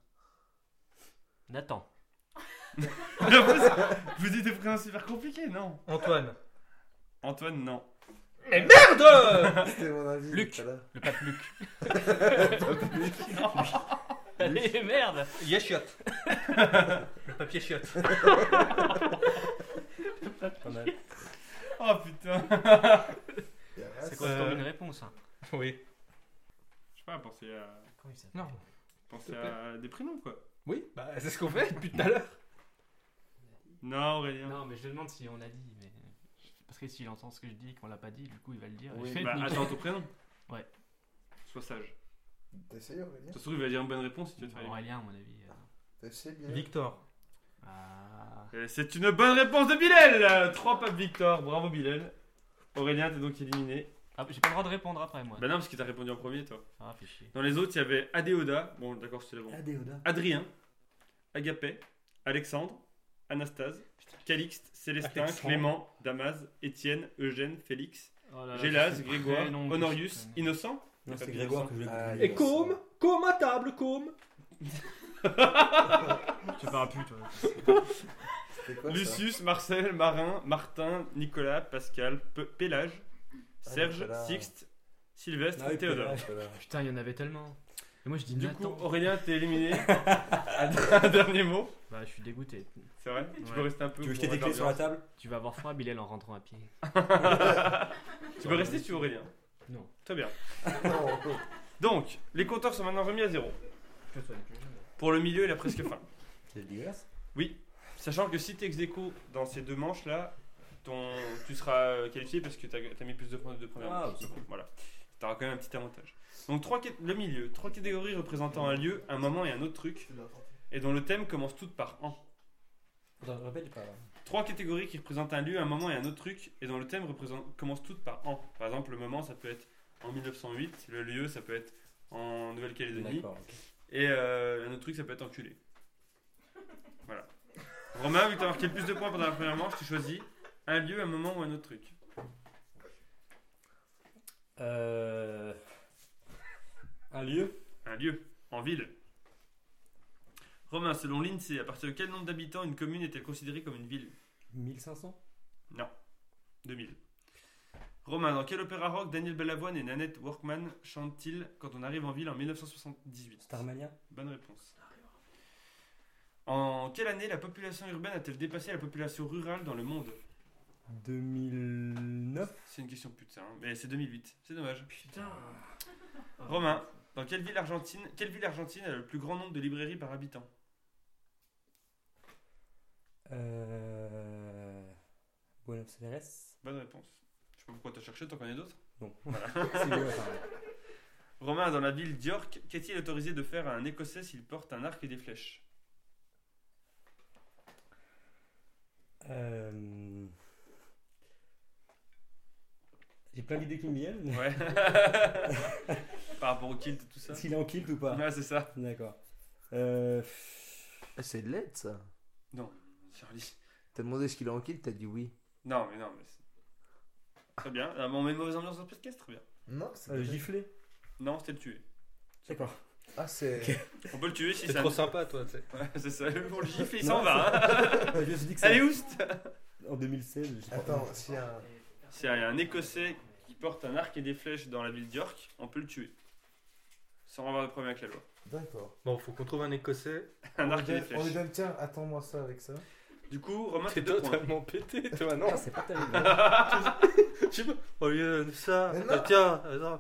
Speaker 4: Nathan.
Speaker 3: Mais en plus, vous dites des prénoms super compliqués, non
Speaker 2: Antoine.
Speaker 3: Antoine, non.
Speaker 4: Et merde
Speaker 1: C'était mon avis.
Speaker 4: Luc.
Speaker 1: tout à l'heure.
Speaker 4: Le pape Luc. Allez, merde
Speaker 2: Yachiote. le papier chiotte.
Speaker 5: Pas mal.
Speaker 3: Oh putain.
Speaker 4: C'est quoi
Speaker 3: Euh,
Speaker 4: comme une réponse hein.
Speaker 2: Oui.
Speaker 3: Je sais pas, pensez à,
Speaker 4: Comment il s'appelle
Speaker 2: Non.
Speaker 3: pensez à des prénoms quoi.
Speaker 2: Oui, bah c'est ce qu'on fait depuis tout à l'heure.
Speaker 3: Non, Aurélien.
Speaker 4: Non, mais je te demande si on a dit. Mais... Parce que s'il entend ce que je dis et qu'on l'a pas dit, du coup il va le dire.
Speaker 1: Oui.
Speaker 4: Je fais
Speaker 3: Bah,
Speaker 4: niquer.
Speaker 3: attends ton prénom.
Speaker 4: Ouais.
Speaker 3: Sois sage.
Speaker 1: T'as essayé, Aurélien
Speaker 3: Ça se trouve, il va dire une bonne réponse si tu vas te faire
Speaker 4: Aurélien, à mon avis. euh,
Speaker 1: T'as essayé, bien
Speaker 2: Victor.
Speaker 4: Ah.
Speaker 3: Et Euh, C'est une bonne réponse de Bilal 3 papes Victor, bravo Bilal. Aurélien, t'es donc éliminé.
Speaker 4: Ah, j'ai pas le droit de répondre après moi.
Speaker 3: Bah non, parce qu'il t'a répondu en premier, toi.
Speaker 4: Ah, fais chier.
Speaker 3: Dans les autres, il y avait Adéoda, bon, d'accord, c'était bon.
Speaker 5: Adéoda.
Speaker 3: Adrien, Agapé, Alexandre, Anastase, Calixte, Célestin,
Speaker 2: Alexandre.
Speaker 3: Clément, Damas, Étienne, Eugène, Félix,
Speaker 4: Oh là là, je
Speaker 3: Gélas,
Speaker 4: sais
Speaker 3: Grégoire,
Speaker 4: très long que
Speaker 3: Honorius,
Speaker 4: je connais.
Speaker 3: Innocent.
Speaker 5: Non,
Speaker 3: Pas
Speaker 5: c'est
Speaker 3: bien
Speaker 5: Grégoire
Speaker 3: ça.
Speaker 5: que je voulais
Speaker 1: Ah,
Speaker 5: que
Speaker 1: Et
Speaker 2: Et
Speaker 5: vous
Speaker 1: Comme
Speaker 2: Côme Côme à table, Côme
Speaker 4: Tu parles plus, toi.
Speaker 1: C'était quoi ça
Speaker 3: Lucius, Marcel, Marin, Martin, Nicolas, Pascal, P- Pélage, Serge,
Speaker 1: Nicolas.
Speaker 3: Sixte, Sylvestre,
Speaker 5: Ah oui,
Speaker 3: Théodore.
Speaker 5: Pélage.
Speaker 1: Voilà.
Speaker 4: Putain, il y en avait tellement. Et moi je dis
Speaker 3: Du
Speaker 4: Nathan.
Speaker 3: coup, oh. Aurélien, t'es éliminé. un, un dernier mot.
Speaker 4: Bah, je suis dégoûté.
Speaker 3: C'est vrai Tu peux
Speaker 4: Ouais.
Speaker 3: rester un peu.
Speaker 5: Tu veux
Speaker 3: pour
Speaker 5: jeter tes clés sur la table
Speaker 4: Tu vas avoir froid, Bilal, en rentrant à pied.
Speaker 3: Tu peux rester, tu veux, Aurélien
Speaker 4: Non.
Speaker 3: Très bien.
Speaker 1: Non,
Speaker 3: Donc, les compteurs sont maintenant remis à zéro.
Speaker 4: Que toi, plus
Speaker 3: Pour le milieu et la presque fin.
Speaker 5: C'est dégueulasse.
Speaker 3: Sachant que si t'es ex aequo dans ces deux manches là, ton, tu seras qualifié parce que t'as as mis plus de points de première
Speaker 5: Ah,
Speaker 3: manche.
Speaker 5: c'est cool.
Speaker 3: Voilà. T'auras quand même un petit avantage. Donc trois, cat- le milieu, trois catégories représentant un lieu, un moment et un autre truc, et dont le thème commence toutes par en.
Speaker 5: Attends, je répète, j'ai pas.
Speaker 3: Trois catégories qui représentent un lieu, un moment et un autre truc, et dont le thème représente, commence toutes par en. Par exemple, le moment, ça peut être en 1908, le lieu, ça peut être en Nouvelle-Calédonie,
Speaker 5: D'accord. ok.
Speaker 3: et euh, un autre truc, ça peut être enculé. Voilà. Romain, vu que t'as marqué le plus de points pendant la première manche, tu choisis un lieu, un moment ou un autre truc.
Speaker 5: Euh. Un lieu
Speaker 3: Un lieu, en ville. Romain, selon l'INSEE, à partir de quel nombre d'habitants une commune est-elle considérée comme une ville
Speaker 5: 1500
Speaker 3: Non. 2000. Romain, dans quel opéra rock Daniel Balavoine et Nanette Workman chantent-ils quand on arrive en ville en 1978
Speaker 5: Starmania
Speaker 3: Bonne réponse. En quelle année la population urbaine a-t-elle dépassé la population rurale dans le monde
Speaker 5: 2009
Speaker 3: C'est une question pute ça, hein. mais c'est 2008, c'est dommage. Ah.
Speaker 4: Putain.
Speaker 3: Romain, dans quelle ville argentine, quelle ville argentine a le plus grand nombre de librairies par habitant
Speaker 5: Euh. Buenos Aires
Speaker 3: Bonne réponse. Je sais pas pourquoi t'as cherché, t'en connais d'autres
Speaker 5: Non. C'est mieux, enfin,
Speaker 3: Romain, dans la ville d'York, qu'est-il autorisé de faire à un Écossais s'il porte un arc et des flèches
Speaker 5: Euh... J'ai plein d'idées qui me viennent.
Speaker 3: Ouais. Par rapport au kilt et tout ça.
Speaker 5: S'il est en kilt ou pas.
Speaker 3: Ouais, c'est ça.
Speaker 5: D'accord. Euh... pff,
Speaker 1: Ah, C'est laid ça.
Speaker 3: Charlie.
Speaker 1: T'as demandé ce qu'il a en kill, t'as dit oui.
Speaker 3: Non, mais non, mais. c'est- Très bien. Ah, bon, on met une mauvaise ambiance dans le podcast, très bien.
Speaker 1: Non, c'est.
Speaker 5: euh, giflé.
Speaker 3: Non, c'était le tuer.
Speaker 5: D'accord.
Speaker 1: Ah, c'est.
Speaker 3: On peut le tuer si
Speaker 2: C'est
Speaker 3: ça.
Speaker 2: trop sympa, toi, tu sais.
Speaker 3: Ouais, c'est ça. On le gifle, il
Speaker 5: Non,
Speaker 3: s'en va. hein.
Speaker 5: Euh, je me suis dit que ça.
Speaker 3: Allez, oust
Speaker 5: En 2016, je sais pas.
Speaker 1: Attends, s'il y a un.
Speaker 3: Si un Écossais qui porte un arc et des flèches dans la ville d'York, on peut le tuer. Sans avoir de problème avec la loi.
Speaker 1: D'accord.
Speaker 2: Bon, faut qu'on trouve un écossais.
Speaker 3: Un
Speaker 1: On
Speaker 3: arc et des
Speaker 1: lui donne- on lui
Speaker 3: flèches.
Speaker 1: donne, tiens, attends-moi ça avec ça.
Speaker 3: Du coup, Romain, t'es
Speaker 2: T'es
Speaker 3: deux points.
Speaker 2: totalement pété, toi, non
Speaker 5: Putain, Ah, c'est pas terrible.
Speaker 2: Je sais pas. Au lieu de ça,
Speaker 1: Mais non.
Speaker 2: euh, tiens, attends.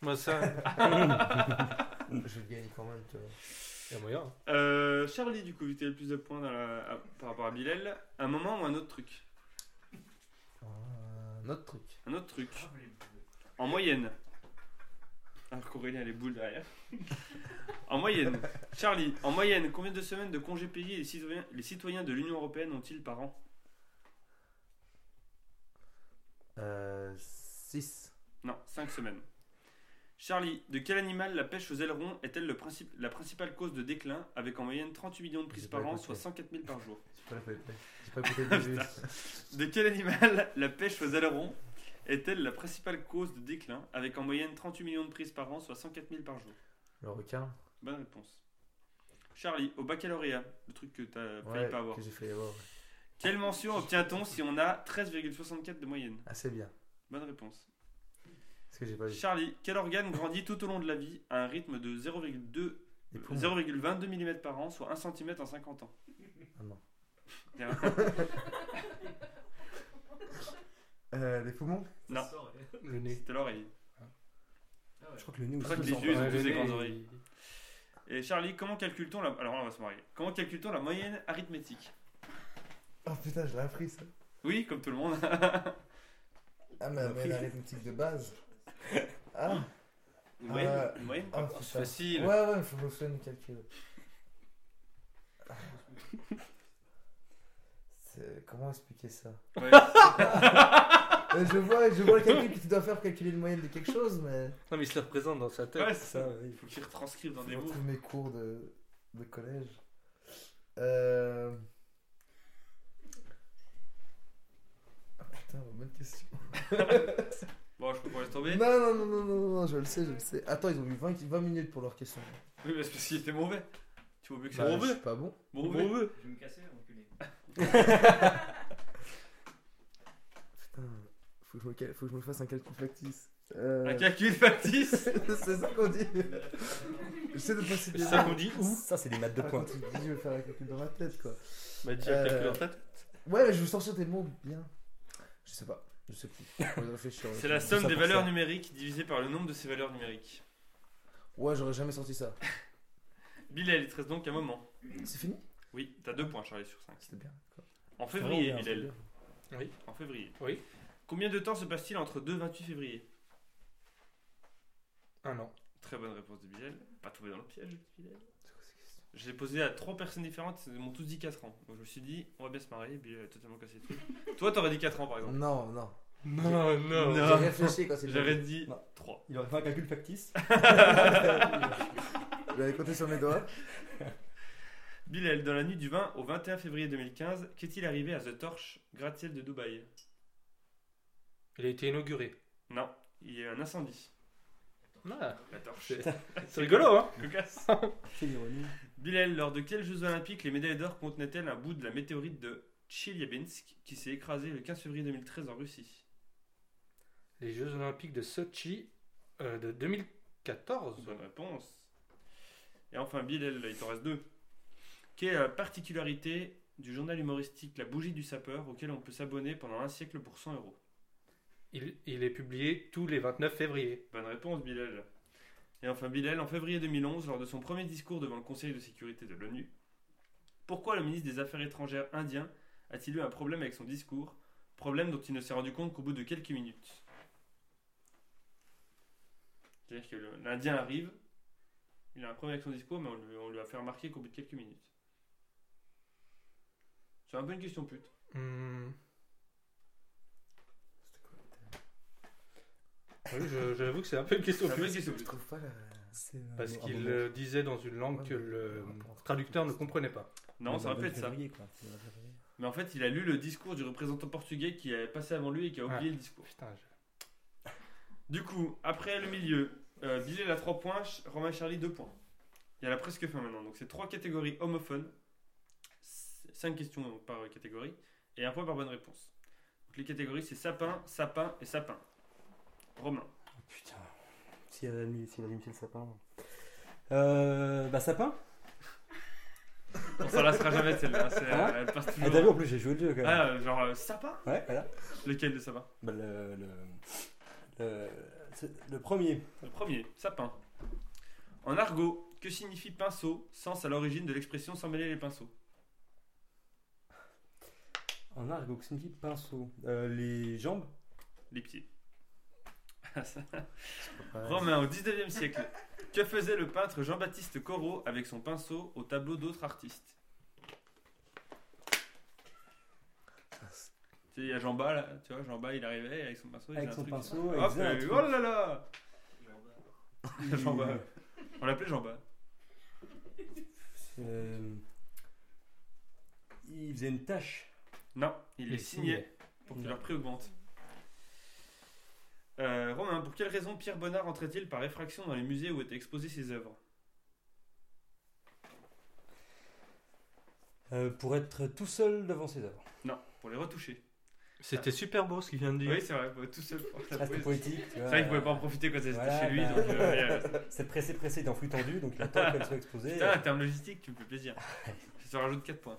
Speaker 2: Moi, ça.
Speaker 5: Mm.
Speaker 1: Je gagne quand même, tu vois.
Speaker 2: Il y a moyen. hein.
Speaker 3: Euh, Charlie, du coup, vu que t'as le plus de points dans la- à- par rapport à Bilal, un moment ou un autre truc
Speaker 1: Ah, Un autre truc.
Speaker 3: Un autre truc. En moyenne. Ah, Alors qu'Aurélien a les boules derrière. en moyenne. Charlie, en moyenne, combien de semaines de congés payés les citoyens, les citoyens de l'Union Européenne ont-ils par an
Speaker 1: Euh. 6.
Speaker 3: Non, 5 semaines. Charlie, de quel animal la pêche aux ailerons est-elle le principe- la principale cause de déclin, avec en moyenne 38 millions de prises
Speaker 1: J'ai pas
Speaker 3: par an,
Speaker 1: écouté.
Speaker 3: soit 104 000 par jour
Speaker 1: J'ai pas la feuille. J'ai pas écouté le début.
Speaker 3: De quel animal la pêche aux ailerons est-elle la principale cause de déclin, avec en moyenne 38 millions de prises par an, soit 104 000 par jour
Speaker 1: Le requin.
Speaker 3: Bonne réponse. Charlie, au baccalauréat, le truc que t'as failli
Speaker 1: Ouais,
Speaker 3: pas avoir.
Speaker 1: que j'ai failli avoir.
Speaker 3: Quelle mention obtient-on si on a 13,64 de moyenne
Speaker 1: Ah, c'est bien.
Speaker 3: Bonne réponse.
Speaker 1: Parce que j'ai pas vu.
Speaker 3: Charlie, quel organe grandit tout au long de la vie à un rythme de 0,2
Speaker 1: Les poumons.
Speaker 3: 0,22 mm par an, soit 1 cm en 50 ans.
Speaker 1: Ah non.
Speaker 3: Tiens.
Speaker 1: Euh, les poumons
Speaker 3: Non.
Speaker 5: Le nez.
Speaker 3: C'était l'oreille.
Speaker 5: Je crois que le nez aussi.
Speaker 3: crois que
Speaker 5: il
Speaker 3: les
Speaker 5: sort.
Speaker 3: yeux, ils ont
Speaker 5: Ouais,
Speaker 3: tous
Speaker 5: le
Speaker 3: des
Speaker 5: nez,
Speaker 3: grandes oreilles.
Speaker 5: il-
Speaker 3: Et Charlie, comment calcule-t-on la... Alors là, on va se marier. Comment calcule-t-on la moyenne arithmétique
Speaker 1: Oh putain, je l'ai appris ça.
Speaker 3: Oui, comme tout le monde.
Speaker 1: Ah, mais, mais l'arithmétique de base. Ah,
Speaker 3: Une moyenne,
Speaker 1: Euh,
Speaker 3: une moyenne
Speaker 1: oh,
Speaker 2: C'est
Speaker 1: putain.
Speaker 2: facile.
Speaker 1: Ouais, ouais, il faut que je fasse une calcul. C'est- Comment expliquer ça
Speaker 3: Ouais.
Speaker 1: Euh, je, vois, je vois le calcul que tu dois faire pour calculer une moyenne de quelque chose, mais.
Speaker 2: Non, mais il se le représente dans sa tête.
Speaker 3: Ouais, c'est-
Speaker 1: Ça, oui.
Speaker 3: faut qu'il retranscrive dans
Speaker 1: Je
Speaker 3: des mots.
Speaker 1: retrouve mes cours de, de collège. Euh... Ah putain, bonne question.
Speaker 3: Bon, je peux pas laisser tomber.
Speaker 1: Non, non, non, non, non, non, je le sais, je le sais. Attends, ils ont eu 20, 20 minutes pour leur question.
Speaker 3: Oui, mais c'est parce qu'il était mauvais. Tu vois mieux que ça.
Speaker 1: Bah, je
Speaker 3: mauvais.
Speaker 1: suis pas bon.
Speaker 3: Mauvais.
Speaker 6: Je vais me casser, enculé.
Speaker 1: Putain, faut que je me, cal- faut que je me fasse un calcul factice. Euh...
Speaker 3: Un calcul factice.
Speaker 1: c'est ça qu'on dit. J'essaie de passer des
Speaker 2: C'est ça qu'on dit où
Speaker 5: Ça, Ah, c'est des maths de
Speaker 1: Par
Speaker 5: pointe.
Speaker 1: contre, Ah, tu te dis, je vais faire un calcul dans ma tête, quoi.
Speaker 2: Bah, dis un calcul
Speaker 1: Euh,
Speaker 2: dans ta tête.
Speaker 1: Ouais, mais je vous censure des mots bien. Je sais pas, je sais plus. Faut y réfléchir.
Speaker 3: C'est la
Speaker 1: Tout
Speaker 3: somme
Speaker 1: ça
Speaker 3: des
Speaker 1: pour
Speaker 3: valeurs
Speaker 1: ça.
Speaker 3: numériques divisée par le nombre de ces valeurs numériques.
Speaker 1: Ouais, j'aurais jamais sorti ça.
Speaker 3: Bilal, il te reste donc un moment.
Speaker 1: C'est fini
Speaker 3: Oui, t'as
Speaker 1: Ah.
Speaker 3: deux points, Charlie, sur 5.
Speaker 1: C'était bien.
Speaker 3: En
Speaker 1: Ah,
Speaker 3: février,
Speaker 5: Vraiment bien,
Speaker 3: Bilal.
Speaker 2: bien. Oui.
Speaker 3: En février.
Speaker 2: Oui.
Speaker 3: Combien de temps se passe-t-il entre 2 et 28 février
Speaker 2: Un an.
Speaker 3: Très bonne réponse de Bilal. Pas tombé dans le piège, Bilal. Je l'ai posé à trois personnes différentes, ils m'ont tous dit 4 ans. Donc je me suis dit, on va bien se marier, Bilal a totalement cassé le truc. Toi, t'aurais dit 4 ans, par exemple.
Speaker 1: Non, non.
Speaker 2: Non, non.
Speaker 1: J'ai réfléchi quand c'est
Speaker 3: J'aurais dit
Speaker 5: Non.
Speaker 3: 3.
Speaker 5: Il aurait fait un calcul factice.
Speaker 1: J'avais compté sur mes doigts.
Speaker 3: Bilal, dans la nuit du 20 au 21 février 2015, qu'est-il arrivé à The Torch, gratte-ciel de Dubaï
Speaker 2: Il a été inauguré.
Speaker 3: Non, il y a eu un incendie.
Speaker 2: Ah,
Speaker 3: La torche.
Speaker 2: c'est c'est rigolo, hein
Speaker 3: Cocasse.
Speaker 5: Quelle ironie.
Speaker 3: Bilal, lors de quels Jeux Olympiques les médailles d'or contenaient-elles un bout de la météorite de Chelyabinsk qui s'est écrasée le 15 février 2013 en Russie
Speaker 2: Les Jeux Olympiques de Sochi euh, de 2014.
Speaker 3: Bonne réponse. Et enfin, Bilal, il t'en reste deux. Quelle est la particularité du journal humoristique La Bougie du Sapeur auquel on peut s'abonner pendant un siècle pour 100 euros
Speaker 2: Il, il est publié tous les 29 février.
Speaker 3: Bonne réponse, Bilal. Et enfin, Bilal, en février 2011, lors de son premier discours devant le Conseil de sécurité de l'ONU, pourquoi le ministre des Affaires étrangères indien a-t-il eu un problème avec son discours Problème dont il ne s'est rendu compte qu'au bout de quelques minutes. C'est-à-dire que le- l'Indien arrive, il a un problème avec son discours, mais on lui, on lui a fait remarquer qu'au bout de quelques minutes. C'est un peu une question pute.
Speaker 2: Hmm. Ah Oui, je- j'avoue que c'est un peu une
Speaker 3: C'est
Speaker 2: question
Speaker 3: un peu une
Speaker 2: plus.
Speaker 3: question
Speaker 1: Je
Speaker 3: pute.
Speaker 1: trouve pas la.
Speaker 5: C'est, euh,
Speaker 2: Parce
Speaker 5: un
Speaker 2: qu'il
Speaker 5: moment.
Speaker 2: euh, disait dans une langue
Speaker 1: Ouais,
Speaker 2: que
Speaker 1: mais
Speaker 2: le
Speaker 1: par rapport au
Speaker 2: traducteur ne
Speaker 1: contexte.
Speaker 2: comprenait pas.
Speaker 3: Non,
Speaker 5: Mais
Speaker 3: ça
Speaker 5: dans
Speaker 3: aurait pu
Speaker 5: le
Speaker 3: être ça.
Speaker 5: février, quoi. C'est dans le février.
Speaker 3: Mais en fait, il a lu le discours du représentant portugais qui avait passé avant lui et qui a oublié
Speaker 2: Ouais.
Speaker 3: le discours.
Speaker 2: Putain, je-
Speaker 3: Du coup, après le milieu, euh, Bilal a 3 points, Ch- Romain Charlie 2 points. Il y a la presque fin maintenant. Donc c'est trois catégories homophones, 5 questions donc, par euh, catégorie, et un point par bonne réponse. Donc les catégories c'est sapin, sapin et sapin. Romain.
Speaker 5: Oh, Putain. S'il avait mis, s'il avait mis le sapin. Euh, bah, sapin
Speaker 3: On s'en lassera jamais de celle-là. c'est, euh, elle passe
Speaker 5: Ah, t'as vu, en
Speaker 3: toujours.
Speaker 5: plus, j'ai joué le jeu quand même.
Speaker 3: Ah, euh, genre euh, sapin
Speaker 5: Ouais, voilà.
Speaker 3: Lequel de sapin
Speaker 5: Bah, le, le, le, c'est le premier.
Speaker 3: Le premier, sapin. En argot, que signifie pinceau, sens à l'origine de l'expression sans mêler les pinceaux
Speaker 5: En argot, que signifie pinceau Euh, Les jambes
Speaker 3: Les pieds. Ah, ça, Romain, au 19e siècle, que faisait le peintre Jean-Baptiste Corot avec son pinceau au tableau d'autres artistes Tu sais, il y a Jean Bas, là, tu vois, Jean Bas, il arrivait avec son pinceau. Il
Speaker 5: Avec
Speaker 3: faisait
Speaker 5: son
Speaker 3: un truc.
Speaker 5: pinceau,
Speaker 3: Hop,
Speaker 5: exact.
Speaker 3: et oh là là Jean Bas.
Speaker 5: Euh,
Speaker 3: On l'appelait Jean Bas.
Speaker 5: euh, il faisait une tâche.
Speaker 3: Non, il les signait pour que
Speaker 5: Non.
Speaker 3: leur prix augmente. Euh, Romain, pour quelle raison Pierre Bonnard entrait-il par effraction dans les musées où étaient exposées ses œuvres
Speaker 5: euh, pour être tout seul devant ses œuvres.
Speaker 3: Non, pour les retoucher.
Speaker 2: C'était super beau ce qu'il vient de dire.
Speaker 3: Oui, c'est vrai, tout seul pour la
Speaker 5: Ah, c'était
Speaker 3: poésie.
Speaker 5: poétique, tu
Speaker 3: C'est
Speaker 5: vois.
Speaker 3: vrai qu'il pouvait pas en profiter quand c'était
Speaker 5: Voilà,
Speaker 3: chez lui,
Speaker 5: bah.
Speaker 3: donc euh, ouais, euh,
Speaker 5: C'est pressé, pressé, il est en flux tendu, donc il attend qu'elle soit exposée.
Speaker 3: putain, en termes logistiques, tu me fais plaisir. Je te rajoute 4 points.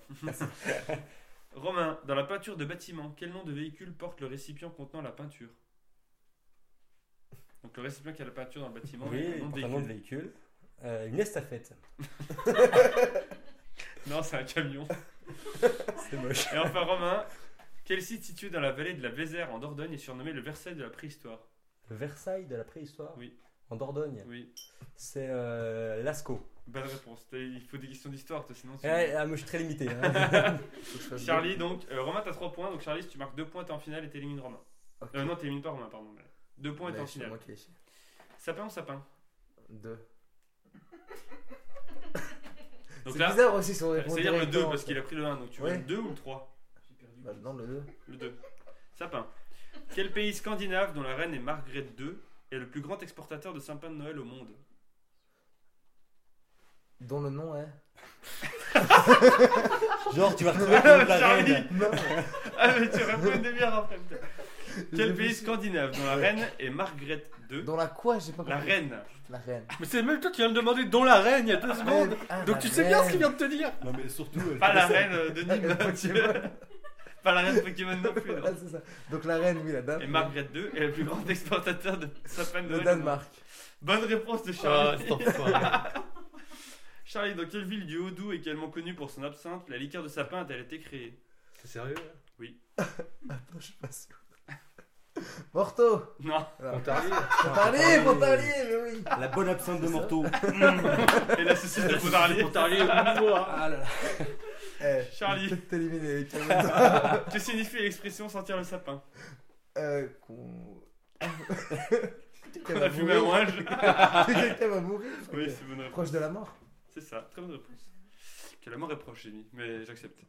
Speaker 3: Romain, dans la peinture de bâtiment, quel nom de véhicule porte le récipient contenant la peinture Donc le récipient qui a la peinture dans le bâtiment, il a un
Speaker 5: Oui,
Speaker 3: nom de
Speaker 5: un nom de
Speaker 3: véhicule.
Speaker 5: véhicule. Euh, une estafette.
Speaker 3: Non, c'est un camion.
Speaker 5: C'est moche.
Speaker 3: Et enfin Romain, quel site situé dans la vallée de la Vézère en Dordogne est surnommé le Versailles de la préhistoire
Speaker 5: Le Versailles de la préhistoire
Speaker 3: Oui.
Speaker 5: En Dordogne.
Speaker 3: Oui,
Speaker 5: C'est euh, Lascaux.
Speaker 3: bonne réponse. T'as- Il faut des questions d'histoire, toi, sinon... tu-
Speaker 5: Eh, ah, moi je suis très limité. hein.
Speaker 1: Faut que je fasse
Speaker 3: Charlie, donc, euh, Romain, t'as 3 points, donc Charlie, si tu marques 2 points, t'es en finale et t'élimines Romain.
Speaker 1: bien. Ok. Bah,
Speaker 3: Euh, non, t'élimines pas Romain, pardon. 2 points et t'es
Speaker 1: Ouais,
Speaker 3: en
Speaker 1: c'est moi
Speaker 3: finale.
Speaker 1: qui ai chié.
Speaker 3: Sapin ou sapin
Speaker 1: Deux.
Speaker 3: Donc
Speaker 1: C'est
Speaker 3: là,
Speaker 1: bizarre aussi son réponse.
Speaker 3: Bah, c'est-à-dire le 2
Speaker 1: directement,
Speaker 3: parce
Speaker 1: en
Speaker 3: qu'il a pris le 1, donc tu veux
Speaker 1: Ouais.
Speaker 3: le 2 ou le 3
Speaker 1: fait. Bah, non, le 2.
Speaker 3: Le 2. Sapin. Quel pays scandinave dont la reine est Margrethe II est le plus grand exportateur de sapins de Noël au monde
Speaker 1: Dont le nom hein. est.
Speaker 5: Genre, tu vas retrouver le nom de la
Speaker 3: Charlie.
Speaker 5: reine.
Speaker 1: Non
Speaker 3: Ah, mais tu réponds une demi-heure après. putain.
Speaker 1: Je
Speaker 3: Quel
Speaker 1: me
Speaker 3: pays
Speaker 1: suis-
Speaker 3: scandinave dont la reine est Margrethe II
Speaker 1: Dans la quoi J'ai pas
Speaker 3: La
Speaker 1: compris.
Speaker 3: reine.
Speaker 1: La reine.
Speaker 2: Mais c'est même toi, tu viens de demander dont la reine il y a deux secondes.
Speaker 1: Ah,
Speaker 2: Donc
Speaker 1: la
Speaker 2: tu sais bien ce qu'il
Speaker 1: reine.
Speaker 2: vient de te dire.
Speaker 5: Non, mais surtout. elle
Speaker 3: Pas la
Speaker 5: fait ça.
Speaker 3: reine euh, de
Speaker 1: Ah,
Speaker 3: Nîmes.
Speaker 1: Pokémon.
Speaker 3: Pas la reine Pokémon non plus. non.
Speaker 1: Voilà, c'est ça. Donc la reine, oui, la dame.
Speaker 3: Et Margrethe II est le plus grand exportateur de sapins de Noël.
Speaker 1: Le
Speaker 3: au monde.
Speaker 1: Danemark. Ah,
Speaker 3: Bonne réponse de
Speaker 2: Ah,
Speaker 3: Charlie. Charlie, dans quelle ville du Haut-Doubs également connue pour son absinthe, la liqueur de sapin a-t-elle été créée
Speaker 2: T'es sérieux hein là
Speaker 1: Attends, je suis pas sûr. Porto
Speaker 3: Non.
Speaker 2: Ontario
Speaker 3: Ah,
Speaker 1: Pontarlier, Pontarlier, mais oui
Speaker 5: La bonne absinthe de
Speaker 1: C'est ça.
Speaker 5: Morteau.
Speaker 3: Et la saucisse de Pontarlier.
Speaker 5: Ah là là.
Speaker 1: Eh,
Speaker 3: Charlie.
Speaker 1: je vais peut-être t'éliminer les caméras.
Speaker 3: Que signifie l'expression sentir le sapin
Speaker 1: Euh, qu'on... Quelqu'un
Speaker 3: Qu'on
Speaker 1: va
Speaker 3: a fumé à
Speaker 1: mourir.
Speaker 3: ouage
Speaker 1: Quelqu'un va mourir
Speaker 3: Oui,
Speaker 1: Ok.
Speaker 3: c'est bonne réponse.
Speaker 1: Proche de la mort
Speaker 3: C'est ça, très bonne réponse. Que la mort est proche, j'ai mis, mais j'accepte.